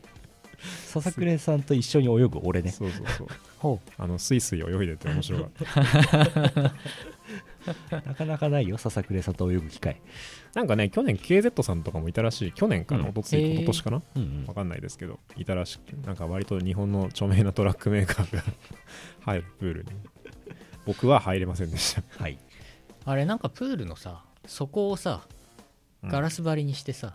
笹倉さんと一緒に泳ぐ俺ねそうそうそうほあのスイスイ泳いでて面白かったなかなかないよ笹倉さんと泳ぐ機会なんかね去年 KZ さんとかもいたらしい去年かな、うんおとついへー今年かなうんうんわかんないですけどいたらしくなんか割と日本の著名なトラックメーカーが [LAUGHS] 入るプールに僕は入れませんでしたはい、あれなんかプールのさ、底をさ、ガラス張りにしてさ、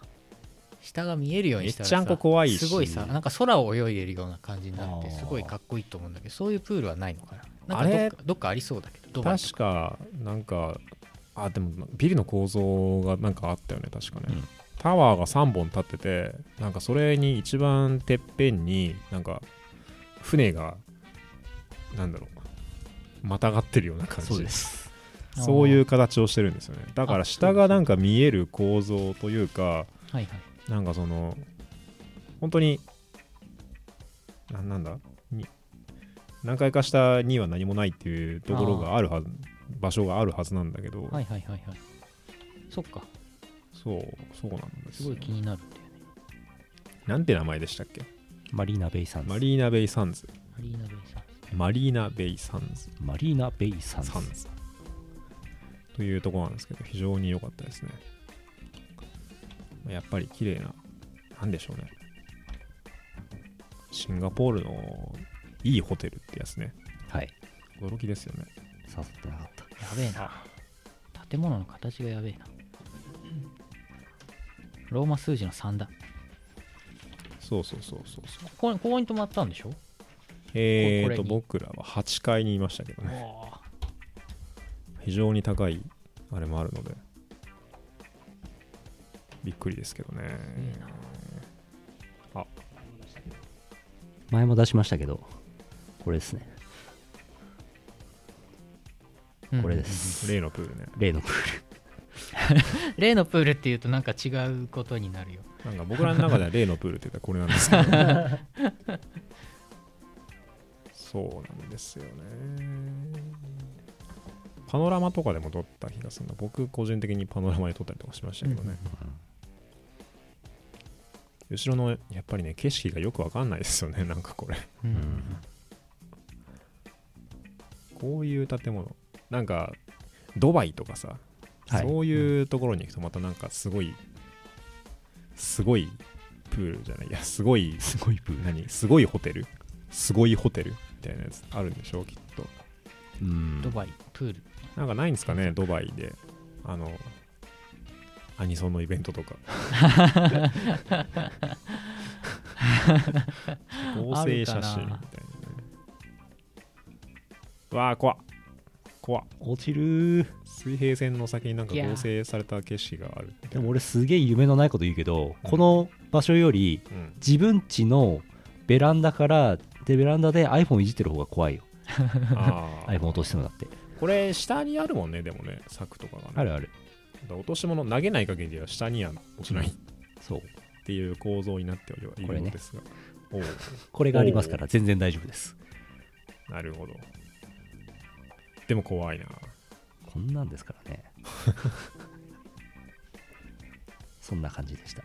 下が見えるようにしたらさめっちゃんこ怖いしすごいさ、なんか空を泳いでるような感じになって、あーすごいかっこいいと思うんだけど、そういうプールはないのかな。あなんかれどっかどっかありそうだけど、ドバイと確かなんかあでもビルの構造がなんかあったよね確かね、うんタワーが3本立っててなんかそれに一番てっぺんになんか船がなんだろうまたがってるような感じそうですあーそういう形をしてるんですよねだから下がなんか見える構造というかはいはい。なんかその本当にななんだに何回か下には何もないっていうところがあるはず場所があるはずなんだけど、はいはいはいはい。そっか、そうそうなんですすよごい気になるんだよね。なんて名前でしたっけマリーナ・ベイ・サンズマリーナ・ベイ・サンズアリーナベイさん。マリーナ・ベイ・サンズマリーナ・ベイ・サンズサンズというところなんですけど非常に良かったですねやっぱり綺麗ななんでしょうねシンガポールのいいホテルってやつねはい驚きですよね刺さってなかったやべえな。建物の形がやべえな。ローマ数字の3だ。そうそうそうそうそうここにここに泊まったんでしょえーとこれに僕らは8階にいましたけどねわ非常に高いあれもあるのでびっくりですけどねいいな前も出しましたけどこれですねあこれで。す、例のプールね例のプールうん例のプールっていうとなんか違うことになるよ。なんか僕らの中では例のプールって言ったらこれなんですけどそうなんですよねパノラマとかでも撮った気がするな僕個人的にパノラマで撮ったりとかしましたけどね、後ろのやっぱりね景色がよくわかんないですよねなんかこれうんんこういう建物なんかドバイとかさ、はいそういうところに行くとまたなんかすごいすごいプールじゃないいやすごいすごいプール何すごいホテルすごいホテルみたいなやつあるんでしょうきっとうんドバイ、プール。なんかないんですかねドバイであのアニソンのイベントと [LAUGHS] か [LAUGHS] 合成写真みたいなねわあ怖っ怖っ落ちるー水平線の先になんかいやー合成された景色があるでも俺すげえ夢のないこと言うけど、この場所よりうん [LAUGHS] 自分家のベランダからでベランダで iPhone いじってる方が怖いよあー iPhone 落としてもだってこれ下にあるもんねでもね柵とかがねあるあるだから落とし物投げない限りは下には落ちないっそうていう構造になっておりはいこれるねのですが、おうこれがありますから全然大丈夫ですなるほど。でも怖いな。こんなんですからね [LAUGHS] そんな感じでした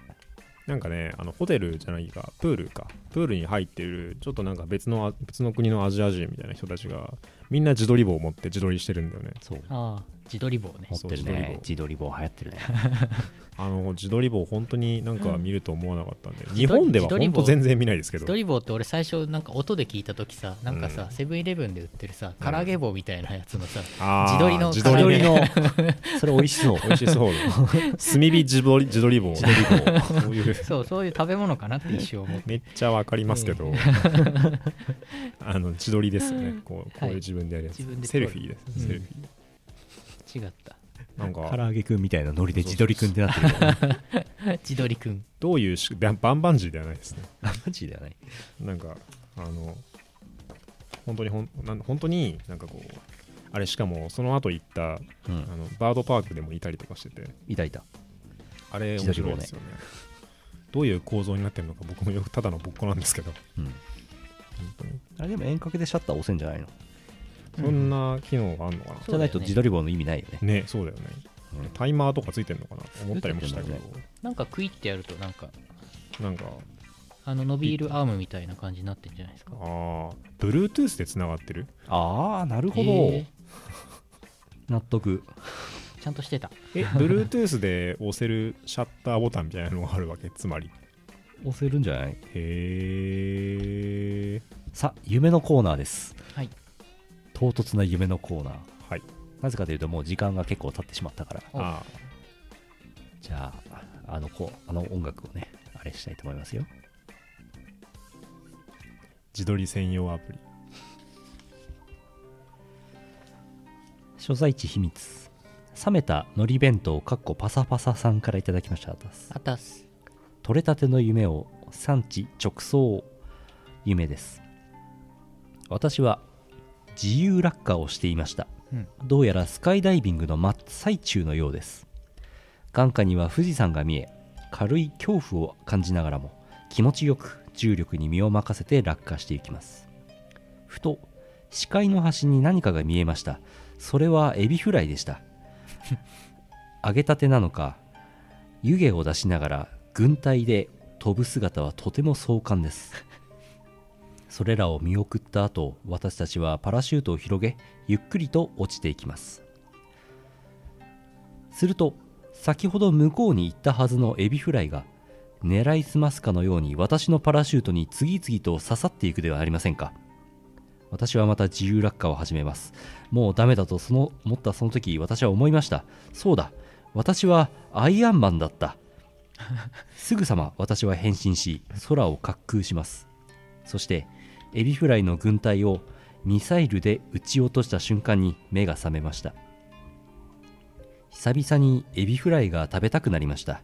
なんかね、あのホテルじゃないか、プールか、プールに入ってる、ちょっとなんか別のあ別の国のアジア人みたいな人たちが、みんな自撮り棒を持って自撮りしてるんだよね。そうああ、自撮り棒ね持。ってるそうね自撮り棒流行ってるねあの自撮り棒、本当になんか見ると思わなかったんで、ん日本では自撮り本当棒全然見ないですけ自ど撮、り棒って俺最初なんか音で聞いた時さなんかさ、うんセブンイレブンで売ってるさ唐揚げ棒みたいなやつのさ、自あー撮りの自自撮撮りりのの [LAUGHS] それ美味しそう美味 [LAUGHS] しそうだ炭火自撮り自撮り棒、自撮り棒、そういう。そうそういう食べ物かなって一瞬思ってめっちゃわかりますけど、 [LAUGHS] あの自撮りですよね。こうこういう自分でやるやつ、はい自分で撮セるルフィーです、うんセルフィー。[LAUGHS] 違ったなんか唐揚げくんみたいなノリで自撮りくんってなってるよね自撮りくんどういうしバンバンバンジーではないですね。 [LAUGHS] マジではないなんかあの本当にほんなん本当になんかこうあれしかもその後行ったうあんのバードパークでもいたりとかしてていたいたあれ面白いですよね。どういう構造になってるのか僕もよくただのぼっこなんですけどうん本当にあれでも遠隔でシャッター押せんじゃないのそんな機能があるのかな。じゃないと自撮り棒の意味ないよねねそうだよね。うんタイマーとかついてるのかな思ったりもしたけどついてんだなんかクイってやるとなんかなんかあの伸びるアームみたいな感じになってんじゃないですかああ Bluetooth でつながってるああなるほど、へ納得ちゃんとしてた [LAUGHS] え Bluetooth で押せるシャッターボタンみたいなのがあるわけつまり押せるんじゃないへえ。さあ夢のコーナーですはい唐突な夢のコーナーはい。なぜかというともう時間が結構経ってしまったからおあじゃああのこうあの音楽をねあれしたいと思いますよ自撮り専用アプリ。所在地秘密冷めた海苔弁当かっこパサパサさんからいただきましたあたす取れたての夢を産地直送夢です私は自由落下をしていました、うんどうやらスカイダイビングの真っ最中のようです眼下には富士山が見え軽い恐怖を感じながらも気持ちよく重力に身を任せて落下していきますふと視界の端に何かが見えましたそれはエビフライで [LAUGHS] した揚げたてなのか湯気を出しながら軍隊で飛ぶ姿はとても壮観ですそれらを見送った後私たちはパラシュートを広げゆっくりと落ちていきますすると先ほど向こうに行ったはずのエビフライが狙いすますかのように私のパラシュートに次々と刺さっていくではありませんか私はまた自由落下を始めますもうダメだとその思ったその時私は思いましたそうだ私はアイアンマンだった [LAUGHS] すぐさま私は変身し空を滑空しますそしてエビフライの軍隊をミサイルで撃ち落とした瞬間に目が覚めました久々にエビフライが食べたくなりました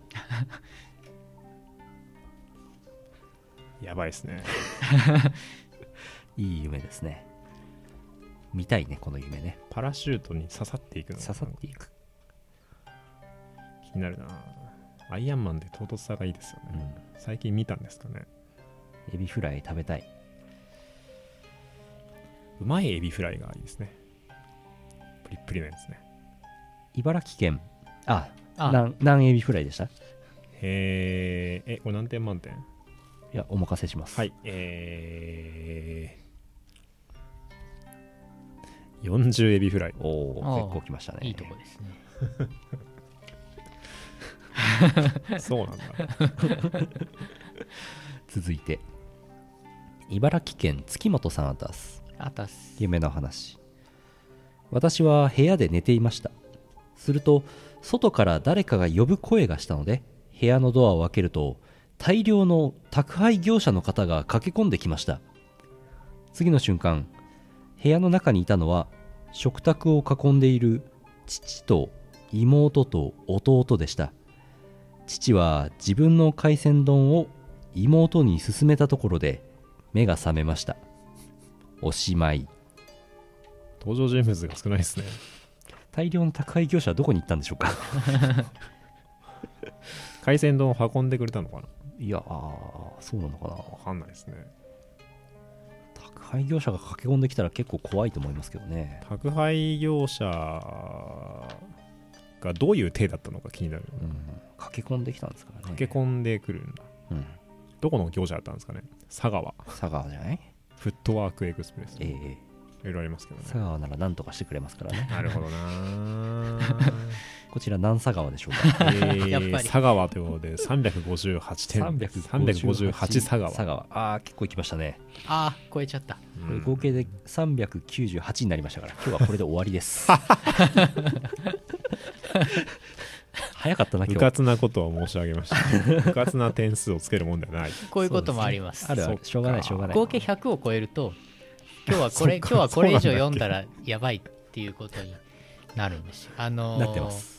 やばいですね。いい夢ですね見たいねこの夢ねパラシュートに刺さっていくのが刺さっていく、気になるな。アイアンマンで唐突さがいいですようね。ん、最近見たんですかね。エビフライ食べたいうまいエビフライがいいですね。プリップリなやつね。茨城県ああなん何エビフライでしたいへえ。え、これ何点満点やお任せしますはい。えー40エビフライおおあー結構来ましたねいいとこですね。そうなんだ続いて茨城県月本さんあたすあたす。夢の話私は部屋で寝ていましたすると外から誰かが呼ぶ声がしたので部屋のドアを開けると大量の宅配業者の方が駆け込んできました次の瞬間部屋の中にいたのは食卓を囲んでいる父と妹と弟でした父は自分の海鮮丼を妹に勧めたところで目が覚めましたおしまい [LAUGHS] 登場人物が少ないですね大量の宅配業者はどこに行ったんでしょ [LAUGHS] うか海鮮丼を運んでくれたのかないやーそうなのかなわかんないですね宅配業者が駆け込んできたら結構怖いと思いますけどね宅配業者がどういう体だったのか気になるうん駆け込んできたんですからね駆け込んでくるんだうんどこの業者だったんですかね佐川佐川じゃないフットワークエクスプレスええいろいろありますけど佐ね川なら何とかしてくれますからね [LAUGHS] な [LAUGHS] るほどなこちら何佐川でしょ [LAUGHS] うかえーやっぱり佐川ということで358点358佐川佐川ああ結構行きましたね、あー、超えちゃった。うんこれ合計で398になりましたから今日はこれで終わりです [LAUGHS] 早かったなう今か日つなことを申し上げました。うかつな点数をつけるもんではない。こういうこともあります。あるあそっるかしょうがないしょうがない合計100を超えると、今日はこれ、今そっか日はこれ以上そうな読んんだだらやばいっていうことになるんですよ。あのーなってます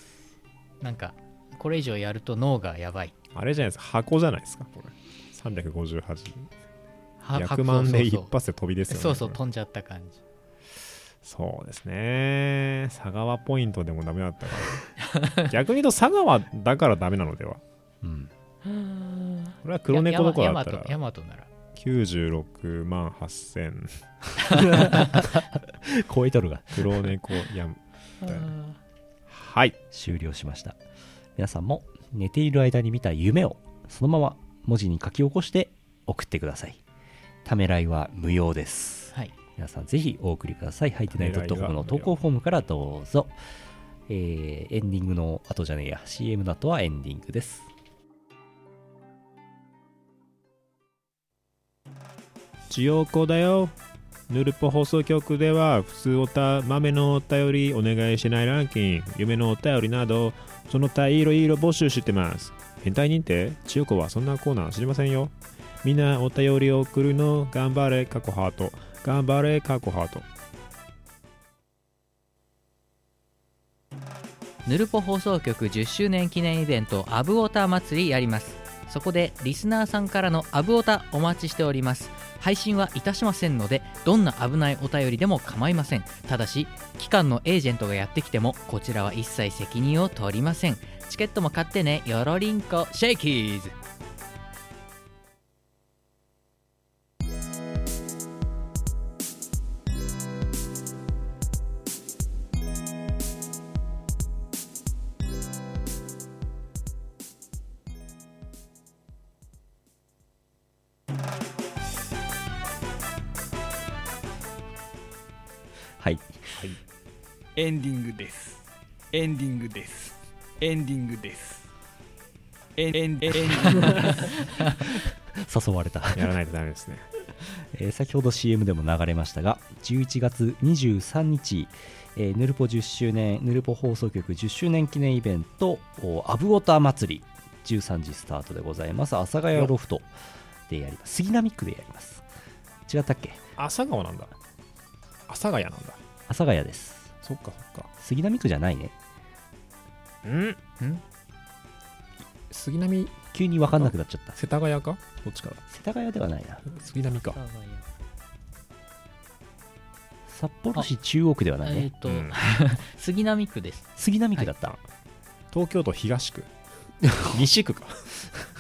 なんか、これ以上やると脳がやばい。あれじゃないですか、箱じゃないですか、これ。358。は100万そでうそう一発で飛びですよね。そうそう、これ飛んじゃった感じ。そうですね。佐川ポイントでもダメだったから。 [LAUGHS] 逆に言うと佐川だからダメなのでは。うん [LAUGHS] これは黒猫とかだったヤマトヤらマトなら。 96万8000。超えとるが黒猫やん。はい。終了しました皆さんも寝ている間に見た夢をそのまま文字に書き起こして送ってくださいためらいは無用ですはい。皆さんぜひお送りくださいハイテナイトためらい .com は無用の投稿フォームからどうぞえーエンディングの後じゃねえや CM の後はエンディングです千代子だよヌルポ放送局では普通おた豆のお便りお願いしないランキング夢のお便りなどその他いろいろ募集してます変態認定千代子はそんなコーナー知りませんよみんなお便りを送るの頑張れ過去ハート頑張れ過去ハートヌルポ放送局10周年記念イベント「アブオタ祭り」やりますそこでリスナーさんからのアブオタお待ちしております配信はいたしませんのでどんな危ないお便りでも構いませんただし機関のエージェントがやってきてもこちらは一切責任を取りませんチケットも買ってねよろりんこシェイキーズはいエンディングですエンディングですエンディングですエンエンエンディングです誘われたやらないとダメ [LAUGHS] ですねえー先ほど CM でも流れましたが11月23日、えーヌルポ10周年ヌルポ放送局10周年記念イベントおアブウォーター祭り13時スタートでございます阿佐ヶ谷ロフトでやります杉並区でやります違ったっけ阿佐川なんだ阿佐ヶ谷なんだ阿佐ヶ谷ですそっかそっか杉並区じゃないねうん杉並急に分かんなくなっちゃった世田谷かどっちかだ世田谷ではないな杉並か札幌市中央区ではないえねっ、と、うん [LAUGHS] 杉並区です杉並区だった、東京都東区西区か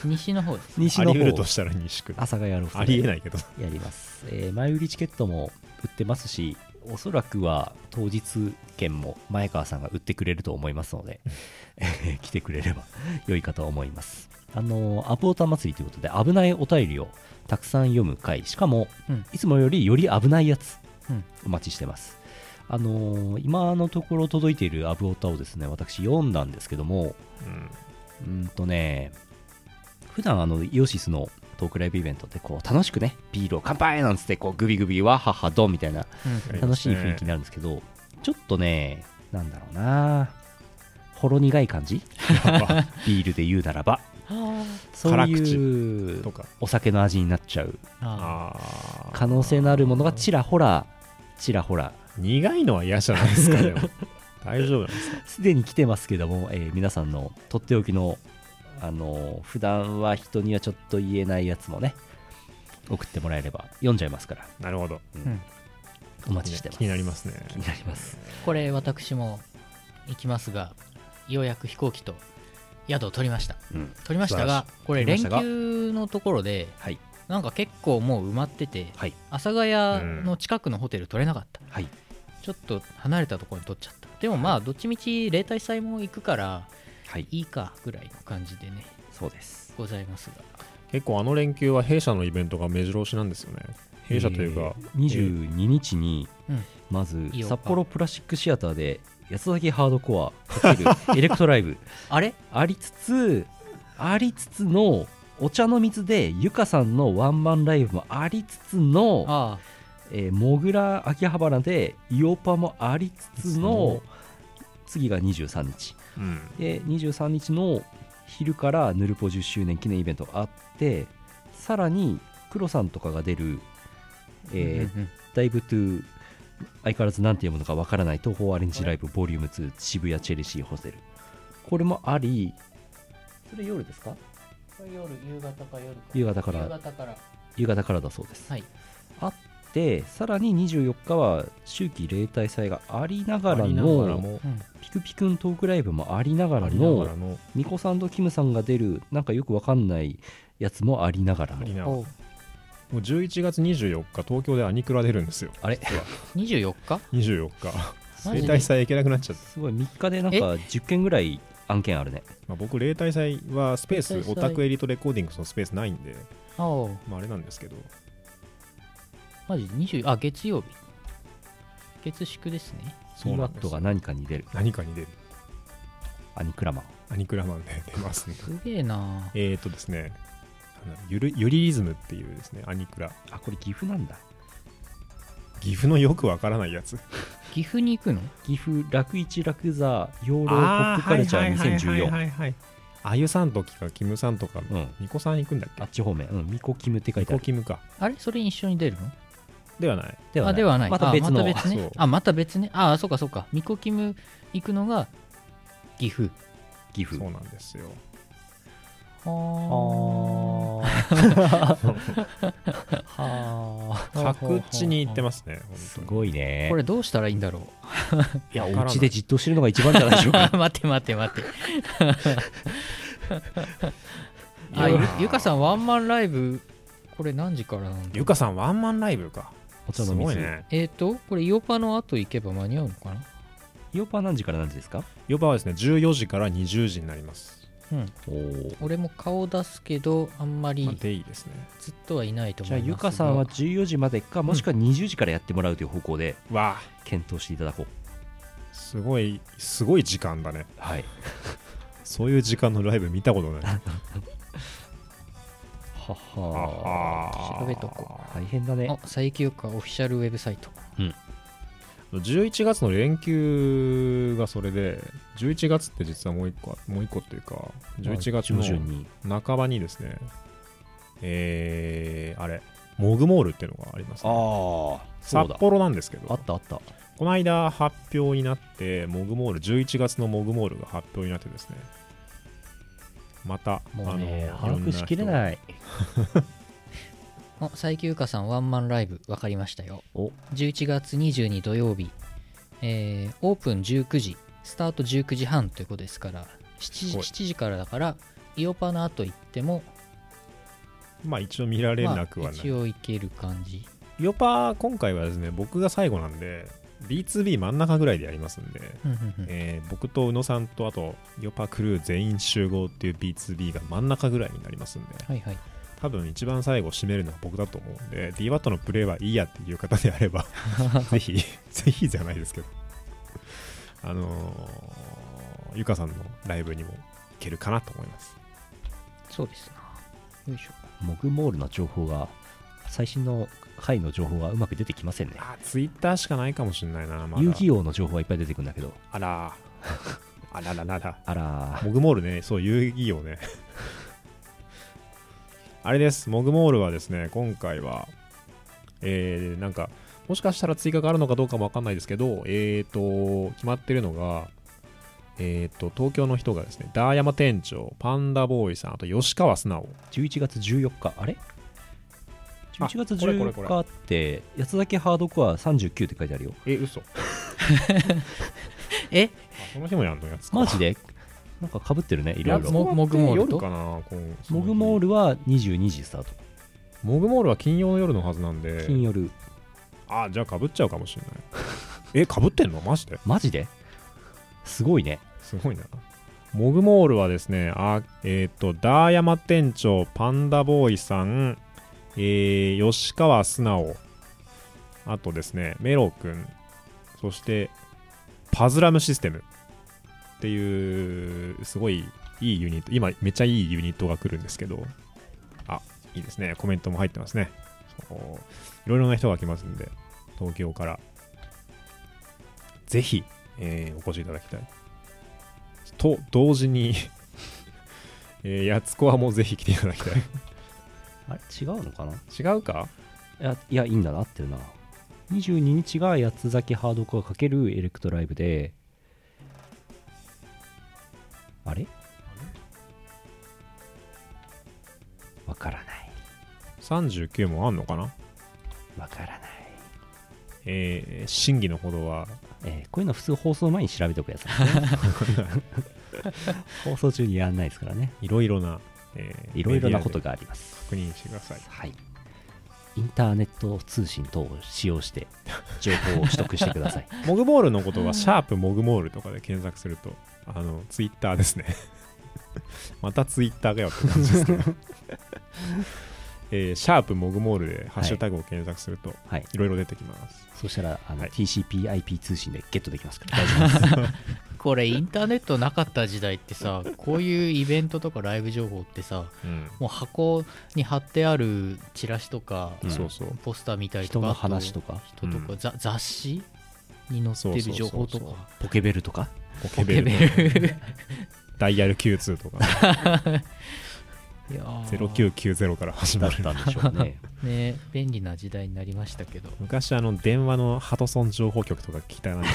西の方 [LAUGHS] です西あのり方得る阿としたら西区佐ヶ谷ロフトありえないけどやります、えー前売りチケットも売ってますしおそらくは当日券も前川さんが売ってくれると思いますので [LAUGHS] えー来てくれれば [LAUGHS] 良いかと思いますあのーアブオタ祭りということで危ないお便りをたくさん読む回しかも、うんいつもよりより危ないやつ、うんお待ちしてますあのー今のところ届いているアブオタをですね私読んだんですけどもうんうんとね普段あのイオシスのトークライブイベントってこう楽しくねビールを乾杯なんつってこうグビグビわははどんみたいなありま楽すしねい雰囲気になるんですけどちょっとねなんだろうなほろ苦い感じビールで言うならばうん、そういうとかお酒の味になっちゃうああー可能性のあるものがちらほらちらほら苦いのは嫌じゃないですかでも大丈夫なんですかすでに来てますけども、えー皆さんのとっておきの、あのー普段は人にはちょっと言えないやつもね送ってもらえれば読んじゃいますからなるほどお待ちしてます気になりますね気になりますーこれ私も行きますがようやく飛行機と宿を取りましたうん取りましたがこれ取連りましたが休のところではいなんか結構もう埋まっててはい阿佐ヶ谷の近くのホテル取れなかった、はいちょっと離れたところに取っちゃったでもまあどっちみち例大祭も行くからはいいいかぐらいの感じでねそうですございますが結構あの連休は弊社のイベントが目白押しなんですよね弊社というか、えー22日に、うんまずいいよ札幌プラスチックシアターで安崎ハードコア×エレクトライブあれありつつありつつのお茶の水でゆかさんのワンマンライブもありつつのあえー、モグラ秋葉原でイオパもありつつの次が23日うんで23日の昼からヌルポ10周年記念イベントがあってさらに黒さんとかが出る「あ、えーうんうんダイブトゥー相変わらず何ていうものかわからない東宝アレンジライブボリューム2渋谷チェルシーホテル」これもありそれ夜ですかこれ夜夕方か夜か夕方から夕方から夕方からだそうです、はいあってさらに24日は秋季例大祭がありながらありながらのもうんピクピクントークライブもありながあらりながのらのニコさんとキムさんが出るなんかよくわかんないやつもありながらあのりながらおもう11月24日東京でアニクラ出るんですよあれ24日24日マジ例で大祭行けなくなっちゃって、すごい3日でなんか10件ぐらい案件あるねまあ、僕例大祭はスペー例大ス祭オタクエリートレコーディングスのスペースないんで、ああまあ、あれなんですけどマジで20あ月曜日月祝ですねそうなワんッですトよが何かに出る何かに出るアニクラマンアニクラマンで出ますねすげえな [LAUGHS] えっとですねなんだろうゆるゆりリズムっていうですねアニクラあこれ岐阜なんだ岐阜のよくわからないやつ岐阜に行くの岐阜楽一楽座養老ポッあプカルチャー2014 2014あゆさんときかキムさんとかうんニコさん行くんだっあけっち方面うんミコキムって書いニてあコるキムかあれそれに一緒に出るのではないであではないまた別のあまた別そねうあまた別ねああそうかそうかミコキム行くのが岐阜岐そ阜うなんですよははあはあ各地に行ってますねあす本当にごいねこれどうしたらいいんだろいやわからおない家でじっとしてるのが一番じゃないでしょうか [LAUGHS] う待って待って待ってあいゆやゆかさんワンマンライブこれ何時からなんだゆかさんワンマンライブかお茶すのご水いねえっ、とこれイオパの後行けば間に合うのかなイオパ何時から何時ですかヨバはですね14時から20時になりますうんおー俺も顔出すけどあんままありデイですねずっとはいないと思じゃいあますがゆかさんは14時までかもしくは20時からやってもらうという方向でわあ検討していただこうすごいすごい時間だねはいそういう時間のライブ見たことないはあは調べとこ大変だねあ佐伯ゆかオフィシャルウェブサイト11月の連休がそれで11月って実はもう一個もう一個っていうか11月上旬のに半ばにですねえー、あれモグモールっていうのがあります、ね、ああそう札だ幌なんですけあっどたあったこの間発表になってモグモール11月のモグモールが発表になってですねまたもうあの把握しきれいないあ佐伯ゆかさんワンマンライブ分かりましたよお11月22土曜日、えーオープン19時スタート19時半ということですから 7, す時ごい7時からだからイオパの後行っても、ろんな人まあ一応見られまなあくはない、一応行ける感じヨパ今回はですね僕が最後なんで B2B 真ん中ぐらいでやりますんでうんうんうんえー僕と宇野さんとあとヨパクルー全員集合っていう B2B が真ん中ぐらいになりますんではいはい多分一番最後締めるのは僕だと思うんで DWAT のプレイはいいやっていう方であれ [LAUGHS] ばぜひぜひじゃないですけどあのーゆかさんのライブにもいけるかなと思いますそうですな。よいしょ。モグモールの情報が最新の回の情報がうまく出てきませんねあツイッターしかないかもしれないなまだ遊戯王の情報はいっぱい出てくるんだけどあら [LAUGHS] あららららあらーモグモールね、そう、遊戯王ね。あれです、モグモールはですね、今回は、えー、なんか、もしかしたら追加があるのかどうかもわかんないですけど、えーと、決まってるのが、えーと、東京の人がですね、ダーヤマ店長、パンダボーイさん、あと吉川素直。 11月14日あれあ ?11 月これこれ14これ日って八つ崎ハードコア39って書いてあるよえ、嘘。あ [LAUGHS] えその日もやんのやつか。マジでなんかかぶってるねいろいやろつこはモグモールと夜かなこんそのモ日グモールは22時スタートモグモールは金曜の夜のはずなんで、金夜あ、じゃあかぶっちゃうかもしれない。え、かぶってんのマジでマジですごいねすごいな。モグモールはですね、あえっ、と、ダーヤマ店長、パンダボーイさん、えー吉川素直、あとですね、メロくん、そして、パズラムシステムっていう、すごいいいユニット、今、めっちゃいいユニットが来るんですけど、あ、いいですね、コメントも入ってますね。そういろいろな人が来ますんで、東京から、ぜひ、えーお越しいただきたい。と同時に、 [LAUGHS] えー、やつこはもぜひ来ていただ [LAUGHS] きたい。あれ違うのかない違うかやいやいいんだな合ってるな22日が八つ崎ハードコア×エレクトライブであれわからない39もあんのかなわからない、えー、審議のほどは、えーこういうの普通放送前に調べておくやつですね [LAUGHS] 放送中にやんないですからねいろいろな、えーいろいろなことメがありますディアで確認してください。はいインターネット通信等を使用して情報を取得してくださいモグモールのことは、シャープモグモールとかで検索すると、あの、ツイッターですね。 [LAUGHS] またツイッターがよって感じです [LAUGHS] けど。えー、シャープモグモールでハッシュタグを検索すると、はいいろいろ出てきます。そしたらあの、はい TCPIP 通信でゲットできますから大丈夫ですこれインターネットなかった時代ってさ、こういうイベントとかライブ情報ってさ、うん。もう箱に貼ってあるチラシとか、うんそうそう。ポスター見たりと [LAUGHS] 人か、の話とかあと人とか、うんざ雑誌に載ってる情報とそうそうそうそうか、ポケベルとかポケポケベルベのル。ダイヤル Q2 とか。いやー0990から始だまっるた [LAUGHS] んでしょうねね便利な時代になりましたけど。昔あの電話のハトソン情報局とか聞きたいな [LAUGHS] そ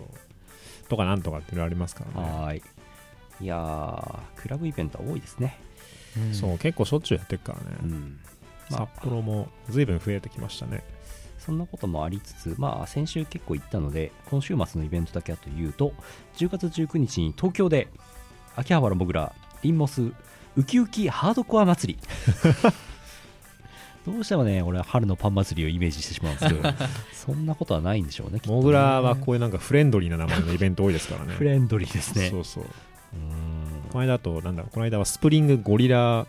うとかなんとかっていうのありますからねはーいいやークラブイベントは多いですねうんそう結構しょっちゅうやってるからね、うんま札あ幌も随分増えてきましたねそんなこともありつつ、まあ、先週結構行ったので、今週末のイベントだけはというと、10月19日に東京で、秋葉原もぐら、リンモス、ウキウキハードコア祭り。どうしてもね、俺は春のパン祭りをイメージしてしまうんですけど、そんなことはないんでしょうね、きっとねモグラはこういうなんかフレンドリーな名前のイベント多いですからねフレンドリーですね。そうそううーん前だとなんだろうこの間はスプリングゴリラ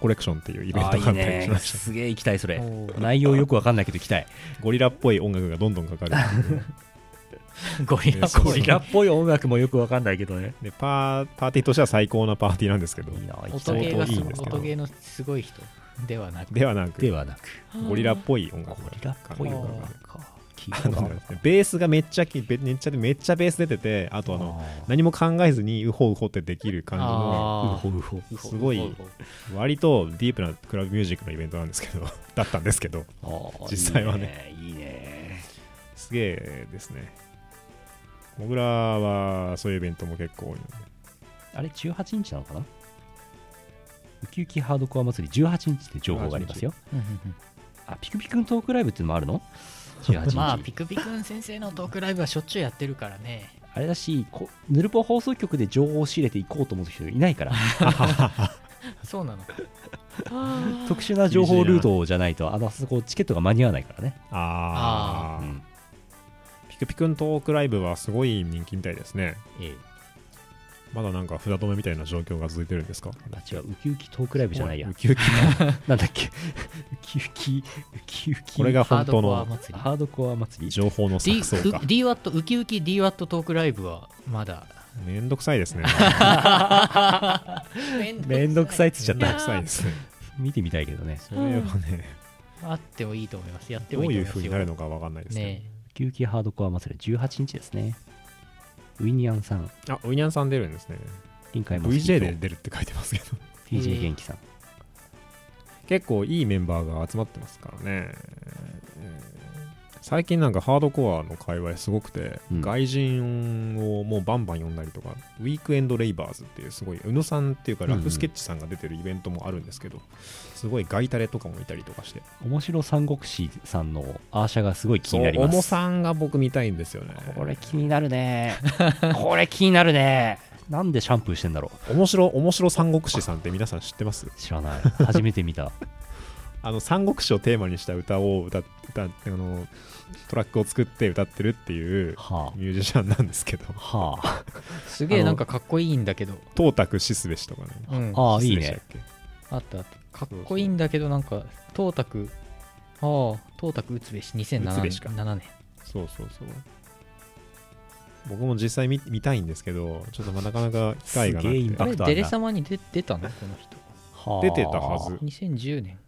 コレクションっていうイベントがあったあいいりねしましたすげえ行きたい、それ。おー内容よくわかんないけど行きたい。ゴリラっぽい音楽がどんどんかかる [LAUGHS] ゴリラそうゴゴリリララっぽい音楽もよくわかんないけどね。でパーパーティーとしては最高なパーティーなんですけどいいな、行き音たゲーい。が相当いすいんですけど音ゲーのすごい人ではなくではなくではなく、ゴリラっぽい音楽ゴがリラっぽい音楽か。聞いあたのこベースがめっちゃきべめっちゃめっちゃベース出ててあとあのあ何も考えずにウホウホってできる感じのーうあほうほーすごい割とディープなクラブミュージックのイベントなんですけど [LAUGHS] だったんですけどあー実際はねいいねすげえですねモグラはそういうイベントも結構多いのであれ18日なのかなウキウキハードコア祭り18日って情報がありますようんうんうんあピクピクのトークライブっていうのもあるの18日、まあピクピクン先生のトークライブはしょっちゅうやってるからねあれだしこヌルポ放送局で情報を仕入れていこうと思う人いないからそうなのか特殊な情報ルートじゃないとあのあそこチケットが間に合わないからね、あーううんんピクピクのトークライブはすごい人気みたいですねええまだなんか札止めみたいな状況が続いてるんですかあ違うウキウキトークライブじゃないやウキウキなんだっけウキウキウキウキこれがハード本当コアの祭りハードコア祭り情報の D 錯綜か DWAT ウキウキ DWAT トークライブはまだめんどくさいですね [LAUGHS] めんどくさいっつっちめゃっんどたくさいですね見てみたいけどねそれはねあってもいいと思いますやってどもいういと思いういます風よになるのかわかんないですねねウキウキハードコア祭り18日ですねウィニアンさんあウィニャンさん出るんですね臨海マスキ VJ ーでと出るって書いてますけど [LAUGHS] DJ 元気さん結構いいメンバーが集まってますからね最近なんかハードコアの界隈すごくて、うん外人をもうバンバン呼んだりとかウィークエンドレイバーズっていうすごい宇野さんっていうかうんうラんフスケッチさんが出てるイベントもあるんですけど、すごいガイタレとかもいたりとかして面白三国志さんのアーシャがすごい気になりそうま重すさんが僕見たいんですよねこれ気になるねこれ気になるね [LAUGHS] なんでシャンプーしてんだろ面白面白三国志さんって皆さん知ってますう知らない初めて見たあの三国志をテーマにした歌を歌っ歌っあのトラックを作って歌ってるっていうはミュージシャンなんで [LAUGHS] すけどあはあすげえなんかかっこいいんだけど、東卓シスベシとかねうん、あああいいシスベねシだっったあったかっこいいんだけどなんか東卓ああ東卓打つべし打つべしか2007年けそうそうそう僕も実際見見たいんですけどちょっとまあなかなか機会がなすげえインくパあクてれトあデるレな様に出出たのこの人はあ出てたはず2010年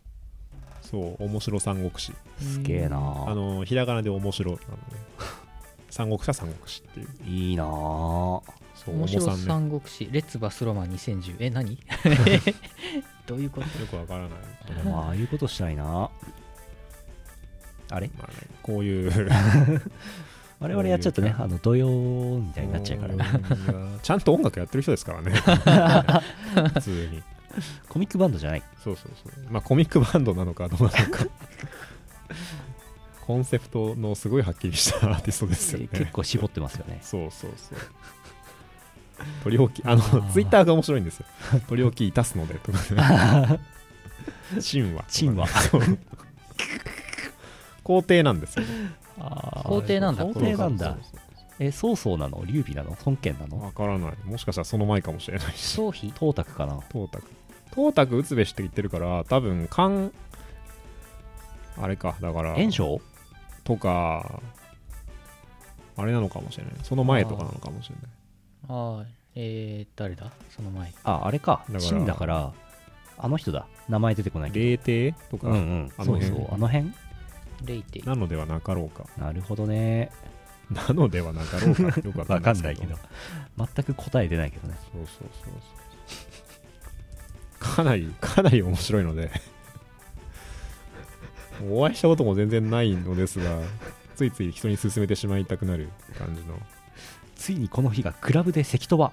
そう面白三国志すげえなあのひらがなで [LAUGHS] 面白なのね三国志は三国志っていういいなあそう面重白さんね三国志、レッツバスロマン2010え何 [LAUGHS] どういうことよくわからない、 [LAUGHS] でもああいうことしたいなあれまあね、こういう我々やっちゃうとねあの土曜みたいになっちゃうからうんちゃんと音楽やってる人ですか [LAUGHS] らね普通にコミックバンドじゃないそうそうそうまあコミックバンドなのかどうなのかコンセプトのすごいはっきりしたアーティストですよね結構絞ってますよねそうそうそう取り置きあのあーツイッターが面白いんですよ取り置きいたすのでとかねチンはチンはそう皇帝なんですよあ皇帝なんだ皇帝なんだそうそうえそうそうなの劉備なの孫権なそうのわからないもしかしたらその前かもしれないし総比董卓かな東卓東卓打つべしって言ってるから多分漢あれかだから袁紹とかあれなのかもしれないその前とかなのかもしれないああえー、誰だその前ああれかだから陳だからあの人だ名前出てこないけ霊帝とか、どうんうんあのそう辺そうあの辺レイテイなのではなかろうかなるほどねなのではなかろうかよ [LAUGHS] くわかんないです全く答え出ないけどねそうそうそうそうかなりかなり面白いので [LAUGHS] お会いしたことも全然ないのですがついつい人に勧めてしまいたくなる感じのついにこの日がクラブで関 [LAUGHS] 戸は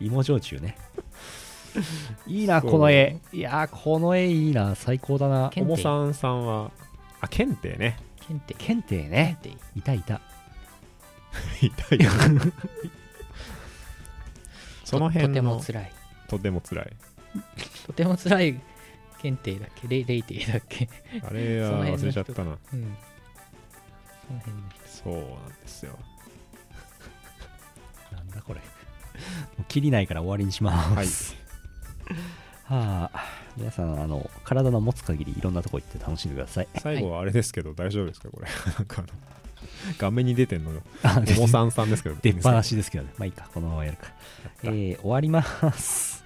芋焼酎ねいいなそうこの絵いやーこの絵いいな最高だなけお検定もさんさんはあ検定ね検定検定検ね定いたいた痛いよその辺ととてものつらいとても辛いとてもつらい検定だっけレイレイテイだっけあれそのは辺の忘れちゃったなうんその辺の人そうなんですよなんだこれもう切りないから終わりにしまはいすはあ皆さんあの体の持つ限りいろんなとこ行って楽しんでください最後はあれですけど大丈夫ですかこれ [LAUGHS] なんかあの画面に出てんのよ [LAUGHS] あおもさんさんですけど出っ放しですけどね。まあいいか、このままやるか。えたー終わります。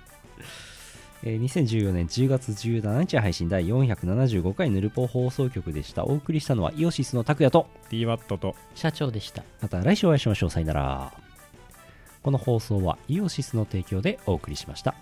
[LAUGHS] えー2014年10月17日配信第475回ヌルポ放送局でした。お送りしたのはイオシスの拓也と、 DWAT と社長でしたまた来週お会いしましょう。さよなら。この放送はイオシスの提供でお送りしました。